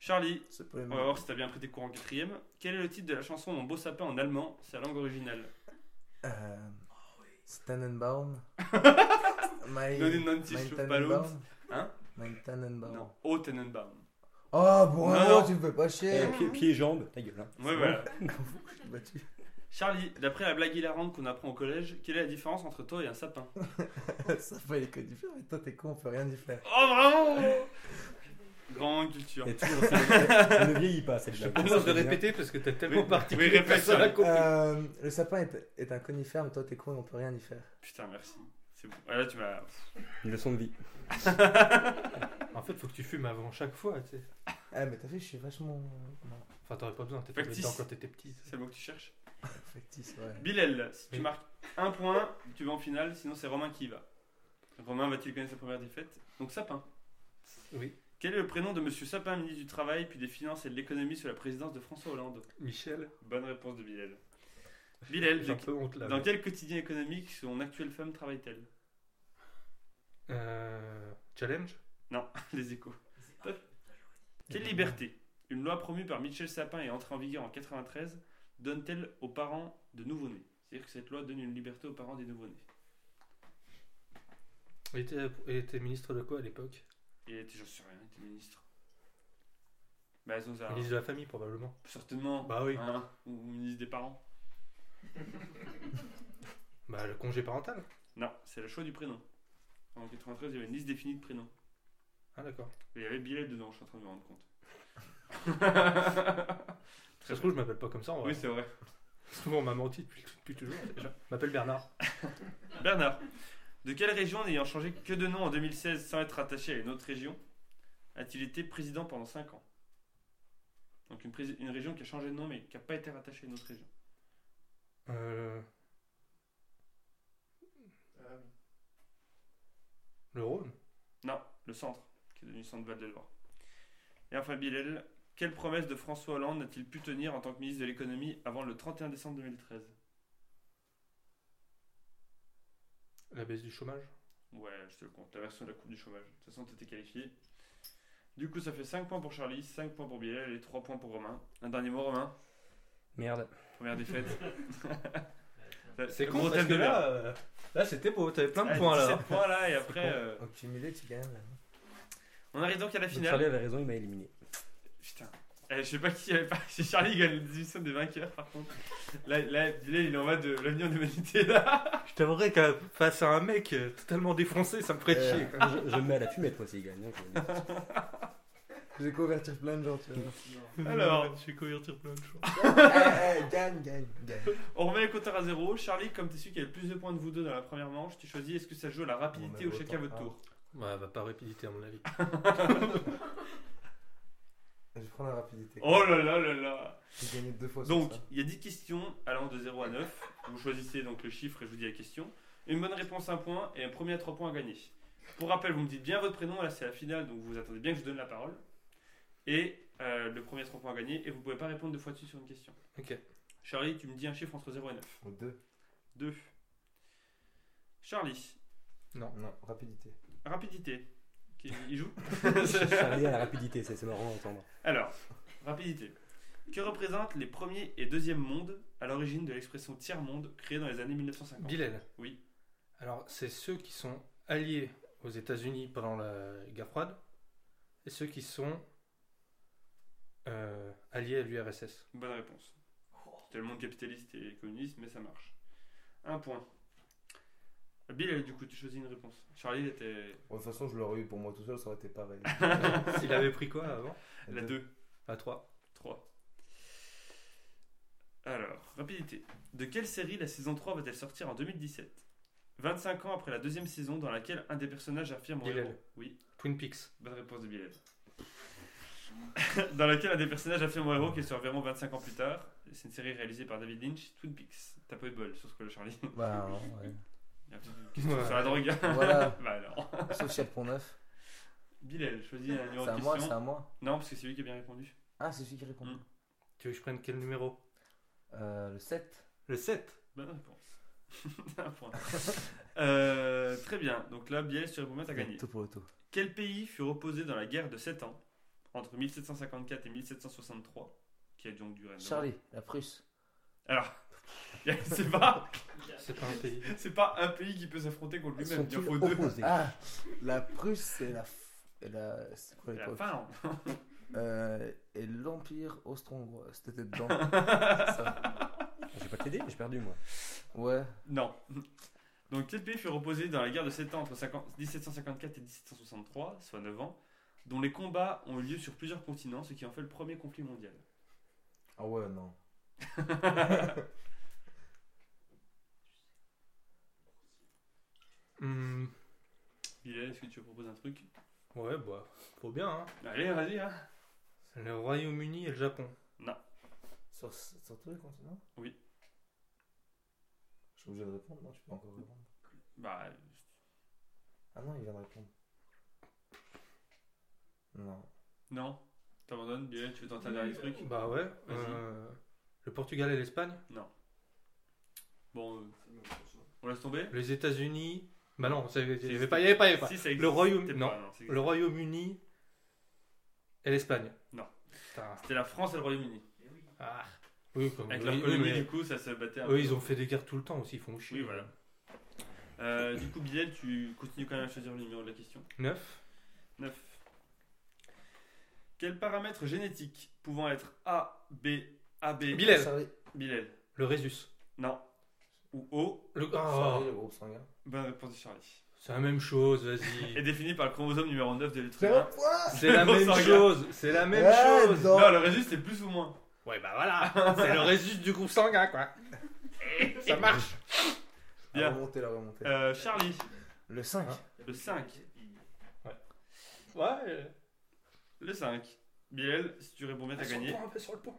Speaker 3: Charlie,
Speaker 1: C'est pas les
Speaker 3: on va voir si t'as bien prêté courant en quatrième. Quel est le titre de la chanson Mon beau sapin en allemand Sa langue originale.
Speaker 1: Euh... Tannenbaum My...
Speaker 3: Non, non, non, si je
Speaker 1: Mein
Speaker 3: trouve pas l'autre.
Speaker 1: Tannenbaum
Speaker 3: Hein
Speaker 1: Mein Tannenbaum.
Speaker 3: Non, Oh Tenenbaum.
Speaker 1: Oh, bon,
Speaker 3: Non,
Speaker 1: non,
Speaker 3: non. Euh.
Speaker 1: tu me fais pas
Speaker 5: Eh,
Speaker 1: chier Bah,
Speaker 5: pieds, pieds et jambes, ta gueule. hein.
Speaker 3: Ouais, voilà.
Speaker 1: Je suis battu.
Speaker 3: Charlie, d'après la blague hilarante qu'on apprend au collège, quelle est la différence entre toi et un sapin
Speaker 1: Ça fait les codes du fer, mais toi t'es con, on peut rien y faire.
Speaker 3: Oh, vraiment Grande culture.
Speaker 5: Et toujours, c'est- elle ne vieillit pas cette
Speaker 2: Je te
Speaker 5: blague.
Speaker 2: propose de
Speaker 5: C'est bien.
Speaker 2: répéter parce que t'es tellement
Speaker 3: Oui,
Speaker 2: parti.
Speaker 3: oui, répète, Charlie.
Speaker 1: Euh, le sapin est, est un conifère, mais toi t'es con et on peut rien y faire.
Speaker 3: Putain, merci. C'est bon. Ah, là, tu m'as.
Speaker 5: Une leçon de vie.
Speaker 2: En fait, faut que tu fumes avant chaque fois, tu sais.
Speaker 1: Ah, mais t'as vu, je suis vachement. Non,
Speaker 2: Enfin, t'aurais pas besoin, t'es fait
Speaker 3: Factice.
Speaker 2: dedans quand t'étais petit.
Speaker 3: C'est le mot que tu cherches
Speaker 1: factice, ouais.
Speaker 3: Bilal, si tu
Speaker 2: Oui.
Speaker 3: marques un point, tu vas en finale, sinon c'est Romain qui y va. Romain va-t-il connaître sa première défaite Donc Sapin.
Speaker 2: Oui.
Speaker 3: Quel est le prénom de Monsieur Sapin, ministre du Travail, puis des Finances et de l'Économie sous la présidence de François Hollande
Speaker 2: Michel,
Speaker 3: Bonne réponse de Bilal. Bilal,
Speaker 2: j'ai un
Speaker 3: de-
Speaker 2: peu honte là.
Speaker 3: dans quel quotidien économique son actuelle femme travaille-t-elle
Speaker 2: Euh, challenge
Speaker 3: Les échos. Top. Quelle liberté Une loi promue par Michel Sapin et entrée en vigueur en 93 donne-t-elle aux parents de nouveau-nés C'est-à-dire que cette loi donne une liberté aux parents des nouveau-nés.
Speaker 2: il était, il était ministre de quoi à l'époque
Speaker 3: Et elle était- j'en sais rien, elle était ministre. Bah, elles ont ça.
Speaker 2: Ministre de la famille, probablement.
Speaker 3: Certainement.
Speaker 2: Bah oui.
Speaker 3: hein, ou ou ministre des parents.
Speaker 2: Bah, le congé parental.
Speaker 3: Non, c'est le choix du prénom. En 93, il y avait une liste définie de prénoms.
Speaker 2: Ah, d'accord.
Speaker 3: Et il y avait Bilal dedans, je suis en train de me rendre compte.
Speaker 2: Ça se trouve, je m'appelle pas comme ça. en vrai.
Speaker 3: Oui, c'est vrai.
Speaker 2: Souvent, on m'a menti depuis, depuis toujours déjà. Je m'appelle Bernard.
Speaker 3: Bernard, de quelle région n'ayant changé que de nom en 2016 sans être attaché à une autre région a-t-il été président pendant 5 ans Donc une, prés- une région qui a changé de nom mais qui n'a pas été rattachée à une autre région.
Speaker 2: Euh,
Speaker 3: Euh.
Speaker 2: le Rhône
Speaker 3: Non, le centre, qui est devenu centre Val de Loire. Et enfin Bilal, quelle promesse de François Hollande n'a-t-il pu tenir en tant que ministre de l'économie avant le 31 décembre 2013
Speaker 2: La baisse du chômage
Speaker 3: Ouais, je te le compte, la version de la coupe du chômage. De toute façon, t'étais qualifié. Du coup, ça fait 5 points pour Charlie, 5 points pour Bilal et 3 points pour Romain. Un dernier mot, Romain.
Speaker 5: Merde.
Speaker 3: Première défaite.
Speaker 2: C'est
Speaker 3: Le
Speaker 2: con
Speaker 3: gros
Speaker 2: parce
Speaker 3: thème
Speaker 2: que
Speaker 3: de l'heure.
Speaker 2: là, euh, là c'était beau, t'avais plein de
Speaker 3: Ah,
Speaker 2: points là.
Speaker 3: 17 points là et après. euh,
Speaker 1: Donc tu m'y tu gagnes. là.
Speaker 3: On arrive donc à la
Speaker 5: Donc,
Speaker 3: finale.
Speaker 5: Charlie avait raison, il m'a éliminé.
Speaker 3: Putain. Eh, je sais pas qui avait pas. C'est Charlie qui gagne la démission des vainqueurs, par contre. Là, là, là, il est en mode de l'avenir de l'humanité, là.
Speaker 2: Je t'avouerais qu'à face à un mec euh, totalement défoncé, ça me ferait
Speaker 5: Euh,
Speaker 2: chier.
Speaker 5: je, je me mets à la fumette, moi, s'il gagne. hein, je vous le dis.
Speaker 1: J'ai convertir plein de gens, tu vois.
Speaker 3: Alors.
Speaker 2: je suis convertir plein de choses.
Speaker 1: Eh, eh, gagne, gagne, gagne.
Speaker 3: On remet les compteurs à zéro. Charlie, comme tu es celui qui a le plus de points de vous deux dans la première manche, tu choisis est-ce que ça joue à la rapidité
Speaker 5: On a
Speaker 3: ou chacun
Speaker 5: autant.
Speaker 3: votre tour.
Speaker 2: Ouais, Bah, va pas rapidité à mon avis.
Speaker 1: Je prends la rapidité.
Speaker 3: Oh là là là là
Speaker 1: J'ai gagné deux fois. sur
Speaker 3: Donc,
Speaker 1: ça.
Speaker 3: il y a 10 questions allant de 0 à 9. Vous choisissez donc le chiffre et je vous dis la question. Une bonne réponse, un point, et un premier à 3 points à gagner. Pour rappel, vous me dites bien votre prénom, là c'est la finale, donc vous attendez bien que je vous donne la parole. Et euh, le premier à 3 points à gagner, et vous pouvez pas répondre deux fois dessus sur une question.
Speaker 2: Ok.
Speaker 3: Charlie, tu me dis un chiffre entre 0 et 9.
Speaker 1: Au deux.
Speaker 3: 2. Charlie,
Speaker 2: Non.
Speaker 1: Non, rapidité.
Speaker 3: rapidité. Qui- Il joue
Speaker 5: Charlie à la rapidité, c'est c'est marrant à entendre.
Speaker 3: Alors, rapidité. Que représentent les premiers et deuxièmes mondes à l'origine de l'expression tiers-monde créée dans les années 1950
Speaker 2: Bilal.
Speaker 3: Oui.
Speaker 2: Alors, c'est ceux qui sont alliés aux États-Unis pendant la guerre froide et ceux qui sont euh, alliés à l'URSS.
Speaker 3: Bonne réponse. C'était le monde capitaliste et communiste, mais ça marche. Un point. Bill, du coup, tu choisis une réponse. Charlie était
Speaker 1: Bon, de toute façon, je l'aurais eu pour moi tout seul, ça aurait été pareil.
Speaker 2: Il avait pris quoi avant
Speaker 3: la 2,
Speaker 2: À 3.
Speaker 3: 3. Alors, rapidité. De quelle série la saison 3 va-t-elle sortir en 2017 25 ans après la deuxième saison dans laquelle un des personnages affirme
Speaker 2: Bilal.
Speaker 3: héros. Oui,
Speaker 2: Twin Peaks.
Speaker 3: bonne réponse de Bill. dans laquelle un des personnages affirme au héros qu'ils survivront 25 ans plus tard. C'est une série réalisée par David Lynch, Twin Peaks. T'as pas eu bol sur ce que le Charlie.
Speaker 1: Bah, ouais.
Speaker 3: Il y a un petit- Qu'est-ce que tu fais sur la drogue
Speaker 1: Voilà.
Speaker 3: Bah alors.
Speaker 1: Sauf si elle prend neuf.
Speaker 3: Bilal, choisis un numéro
Speaker 1: C'est
Speaker 3: de
Speaker 1: à moi, c'est
Speaker 3: question.
Speaker 1: à moi.
Speaker 3: Non, parce que c'est lui qui a bien répondu.
Speaker 1: Ah, c'est celui qui répond.
Speaker 3: Mm.
Speaker 2: Tu veux que je prenne quel numéro
Speaker 1: Euh, le 7.
Speaker 2: Le 7.
Speaker 3: Bonne réponse. un point. Euh, très bien. Donc là, Bilal, sur le t'as gagné.
Speaker 1: Tout pour le tout.
Speaker 3: Quel pays fut reposé dans la guerre de 7 ans, entre 1754 et 1763, qui a donc duré 9 ans
Speaker 1: Charlie, la Prusse.
Speaker 3: Alors, c'est pas,
Speaker 2: C'est pas un pays.
Speaker 3: c'est pas un pays qui peut s'affronter contre lui-même. Il en
Speaker 5: Sont-ils
Speaker 3: faut deux.
Speaker 5: opposés
Speaker 1: Ah, la Prusse, c'est la. f- et la. C'est quoi
Speaker 3: Et la
Speaker 1: l'époque
Speaker 3: Finlande.
Speaker 1: Euh, Et l'Empire austro-hongrois. C'était dedans.
Speaker 5: Je vais pas t'aider, mais j'ai perdu moi.
Speaker 1: Ouais.
Speaker 3: Non. Donc quel pays fut reposé dans la guerre de 7 ans entre 50 1754 et 1763, soit 9 ans, dont les combats ont eu lieu sur plusieurs continents, ce qui en fait le premier conflit mondial
Speaker 1: Ah ouais, non.
Speaker 2: Hmm,
Speaker 3: Bilal, est-ce que tu veux proposer un truc
Speaker 2: Ouais, bah, faut bien. Hein.
Speaker 3: Allez, vas-y. Hein.
Speaker 2: Le Royaume-Uni et le Japon.
Speaker 1: Sur, sur tous les continents
Speaker 3: Oui.
Speaker 1: Je suis obligé de répondre, non Tu peux encore répondre
Speaker 3: Bah,
Speaker 1: Ah non, il vient de répondre. Non.
Speaker 3: non. T'abandonnes, Bilal, tu veux tenter un dernier truc
Speaker 2: Bah ouais.
Speaker 3: Vas-y.
Speaker 2: euh, le Portugal et l'Espagne.
Speaker 3: Bon, euh, on laisse tomber
Speaker 2: Les États-Unis. Bah non, ça- il
Speaker 3: Si,
Speaker 2: y avait pas. Il y avait pas. il y avait pas.
Speaker 3: Si, ça existe.
Speaker 2: Le Royaume-
Speaker 3: C'était
Speaker 2: non.
Speaker 3: pas, c'est-
Speaker 2: Le Royaume-Uni et l'Espagne.
Speaker 3: Non.
Speaker 2: Putain.
Speaker 3: C'était la France et le Royaume-Uni.
Speaker 2: Ah. Oui, comme
Speaker 3: Avec
Speaker 2: oui,
Speaker 3: leur
Speaker 2: oui,
Speaker 3: colonie,
Speaker 2: mais
Speaker 3: du coup, ça se battait un peu.
Speaker 2: eux, ils ont fait des guerres tout le temps aussi, ils font chier.
Speaker 3: Oui, voilà. Euh, du coup, Bilal, tu continues quand même à choisir le numéro de la question.
Speaker 2: 9.
Speaker 3: 9. Quel paramètre génétique pouvant être A, B, AB
Speaker 2: Bilal.
Speaker 1: Charlie,
Speaker 3: Bilal.
Speaker 2: Le Résus.
Speaker 3: Non. Ou O
Speaker 2: Le...
Speaker 1: Charlie,
Speaker 2: Oh,
Speaker 1: le groupe sanguin.
Speaker 3: Bonne réponse de Charlie.
Speaker 2: c'est la même chose,
Speaker 3: Est
Speaker 2: vas-y.
Speaker 3: défini par le chromosome numéro 9 de l'être
Speaker 1: C'est
Speaker 3: humain.
Speaker 2: C'est la même
Speaker 3: Sanguin.
Speaker 2: chose, c'est la même
Speaker 1: Ouais,
Speaker 2: chose.
Speaker 1: non.
Speaker 3: Non, le résultat c'est plus ou moins.
Speaker 2: Ouais, bah voilà, c'est le Résus du groupe sanguin, quoi. Ça marche.
Speaker 1: La
Speaker 3: Bien.
Speaker 1: remontée, la remontée.
Speaker 3: Euh, Charlie,
Speaker 1: Le 5.
Speaker 2: Hein
Speaker 3: le 5.
Speaker 2: Ouais. euh,
Speaker 3: Le 5. Bilal, si tu réponds bien, t'as
Speaker 2: sur le
Speaker 3: gagné.
Speaker 2: point, un peu sur le point.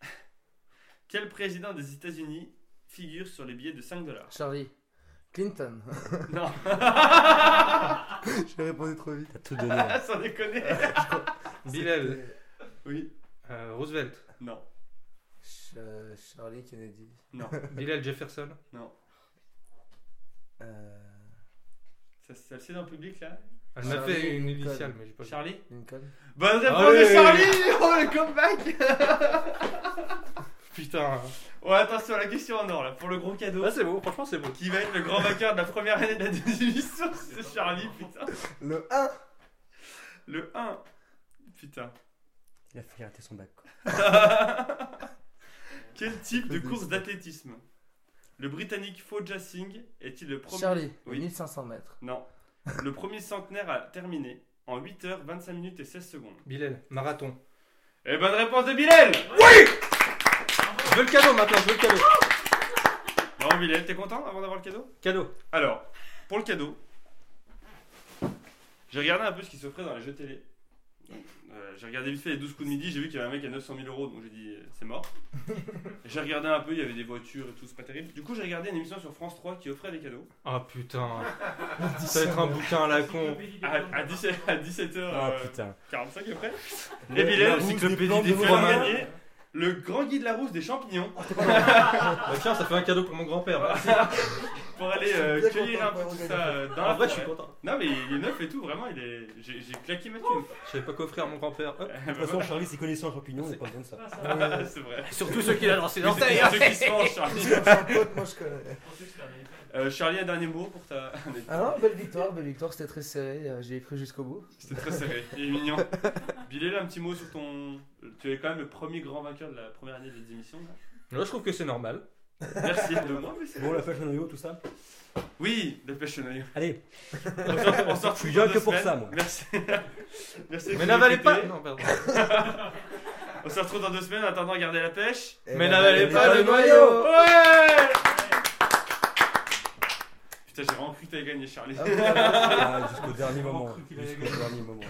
Speaker 3: Quel président des États-Unis figure sur les billets de 5 dollars
Speaker 1: Charlie. Clinton.
Speaker 3: Non,
Speaker 1: J'ai répondu trop vite.
Speaker 5: T'as tout donné.
Speaker 2: Ah,
Speaker 5: hein.
Speaker 3: sans déconner.
Speaker 2: Bilal,
Speaker 1: C'était-
Speaker 3: Oui.
Speaker 2: euh, Roosevelt,
Speaker 3: Non,
Speaker 1: Ch- euh, Charlie Kennedy.
Speaker 3: non,
Speaker 2: Bilal Jefferson.
Speaker 3: non.
Speaker 1: Euh,
Speaker 3: Ça, ça le sait dans le public là
Speaker 2: Elle m'a
Speaker 1: Charlie
Speaker 2: fait une
Speaker 1: Lincoln.
Speaker 2: initiale, mais j'ai pas.
Speaker 3: Charlie
Speaker 1: Lincoln.
Speaker 3: Bonne réponse de
Speaker 2: Allez
Speaker 3: Charlie Oh le comeback
Speaker 2: Putain.
Speaker 3: Ouais, attention à la question en or là, pour le gros cadeau.
Speaker 2: Là, Ah, c'est beau, franchement, c'est beau.
Speaker 3: Qui va être le grand vainqueur de la première année de la deuxième émission C'est Charlie, putain.
Speaker 1: Le 1.
Speaker 3: Le 1. Putain.
Speaker 5: Il a failli rater son bac. quoi.
Speaker 3: Quel type de course d'athlétisme Le Britannique Fauja Singh est-il le premier
Speaker 1: Charlie,
Speaker 3: Oui.
Speaker 1: 1500 mètres.
Speaker 3: Non. Le premier centenaire a terminé en 8h25 minutes et 16 secondes.
Speaker 2: Bilal, marathon.
Speaker 3: Et Eh, bonne réponse de Bilal
Speaker 2: Je veux le cadeau maintenant, je veux le cadeau.
Speaker 3: Bon Bilal, t'es content avant d'avoir le cadeau
Speaker 2: Cadeau.
Speaker 3: Alors, pour le cadeau, j'ai regardé un peu ce qui s'offrait dans les jeux télé. Euh, j'ai regardé vite fait les 12 coups de midi, j'ai vu qu'il y avait un mec à 900 000 euros, donc j'ai dit euh, c'est mort. j'ai regardé un peu, il y avait des voitures et tout, c'est pas terrible. Du coup, j'ai regardé une émission sur France 3 qui offrait des cadeaux.
Speaker 2: Ah putain. Ça va être un bouquin à la con.
Speaker 3: À, à 17, à 17h45
Speaker 5: Ah putain.
Speaker 3: après,
Speaker 5: Le-
Speaker 3: et Bilal,
Speaker 5: la rousse
Speaker 2: encyclopédie
Speaker 5: plantes
Speaker 2: des
Speaker 5: de
Speaker 3: j'ai
Speaker 2: fleurs.
Speaker 5: Romain.
Speaker 3: gagné le grand guide Larousse des champignons
Speaker 2: Bah tiens, ça fait un cadeau pour mon grand-père.
Speaker 3: pour aller euh,
Speaker 1: bien
Speaker 3: cueillir un
Speaker 1: content
Speaker 3: peu
Speaker 1: de
Speaker 3: tout
Speaker 1: voir
Speaker 3: ça euh, dans
Speaker 2: En
Speaker 3: la
Speaker 2: vrai, je suis
Speaker 3: forêt.
Speaker 2: content.
Speaker 3: Non, mais il est neuf et tout, vraiment, il est. J'ai j'ai claqué ma thune.
Speaker 2: Je savais pas qu'offrir à mon grand-père. Hop.
Speaker 5: De toute façon, Charlie, c'est connaissant en champignons, il n'a pas besoin de
Speaker 2: Ah,
Speaker 5: ça.
Speaker 1: Ouais,
Speaker 3: c'est vrai.
Speaker 4: Surtout ceux qu'il a dans ses
Speaker 3: Mais
Speaker 4: orteils.
Speaker 3: c'est ceux qui se mangent, Charlie.
Speaker 1: un pote, moi je connais.
Speaker 3: Euh, Charlie, un dernier mot pour ta.
Speaker 1: Alors, Ah belle victoire, belle victoire, c'était très serré, euh, j'ai cru jusqu'au bout.
Speaker 3: C'était très serré, il est mignon. Bilal, un petit mot sur ton. Tu es quand même le premier grand vainqueur de la première année des émissions. là.
Speaker 2: Là, je trouve que c'est normal.
Speaker 3: Merci de moi, mais c'est.
Speaker 5: Bon, la fâche de noyau, tout ça.
Speaker 3: Oui, dépêche noyau.
Speaker 5: Allez,
Speaker 3: On sort, on sort
Speaker 5: Je suis
Speaker 3: dans
Speaker 5: jeune
Speaker 3: deux
Speaker 5: que pour
Speaker 3: semaines.
Speaker 5: ça, moi.
Speaker 3: Merci. Merci. de
Speaker 2: Mais
Speaker 3: nous
Speaker 2: n'avalez
Speaker 3: écouter.
Speaker 2: pas. Non, pardon.
Speaker 3: On se retrouve dans deux semaines. En attendant, gardez la pêche.
Speaker 1: Et bah,
Speaker 2: Mais
Speaker 1: la-
Speaker 2: n'avalez
Speaker 1: la-
Speaker 2: pas
Speaker 1: la-
Speaker 2: le
Speaker 3: Ouais
Speaker 2: noyau.
Speaker 3: Putain, j'ai vraiment cru que t'avais gagné, Charlie.
Speaker 1: Ah oui,
Speaker 5: Ah, jusqu'au dernier
Speaker 2: vraiment
Speaker 5: moment.
Speaker 2: cru qu'il allait
Speaker 5: Jusqu'au dernier moment. quoi.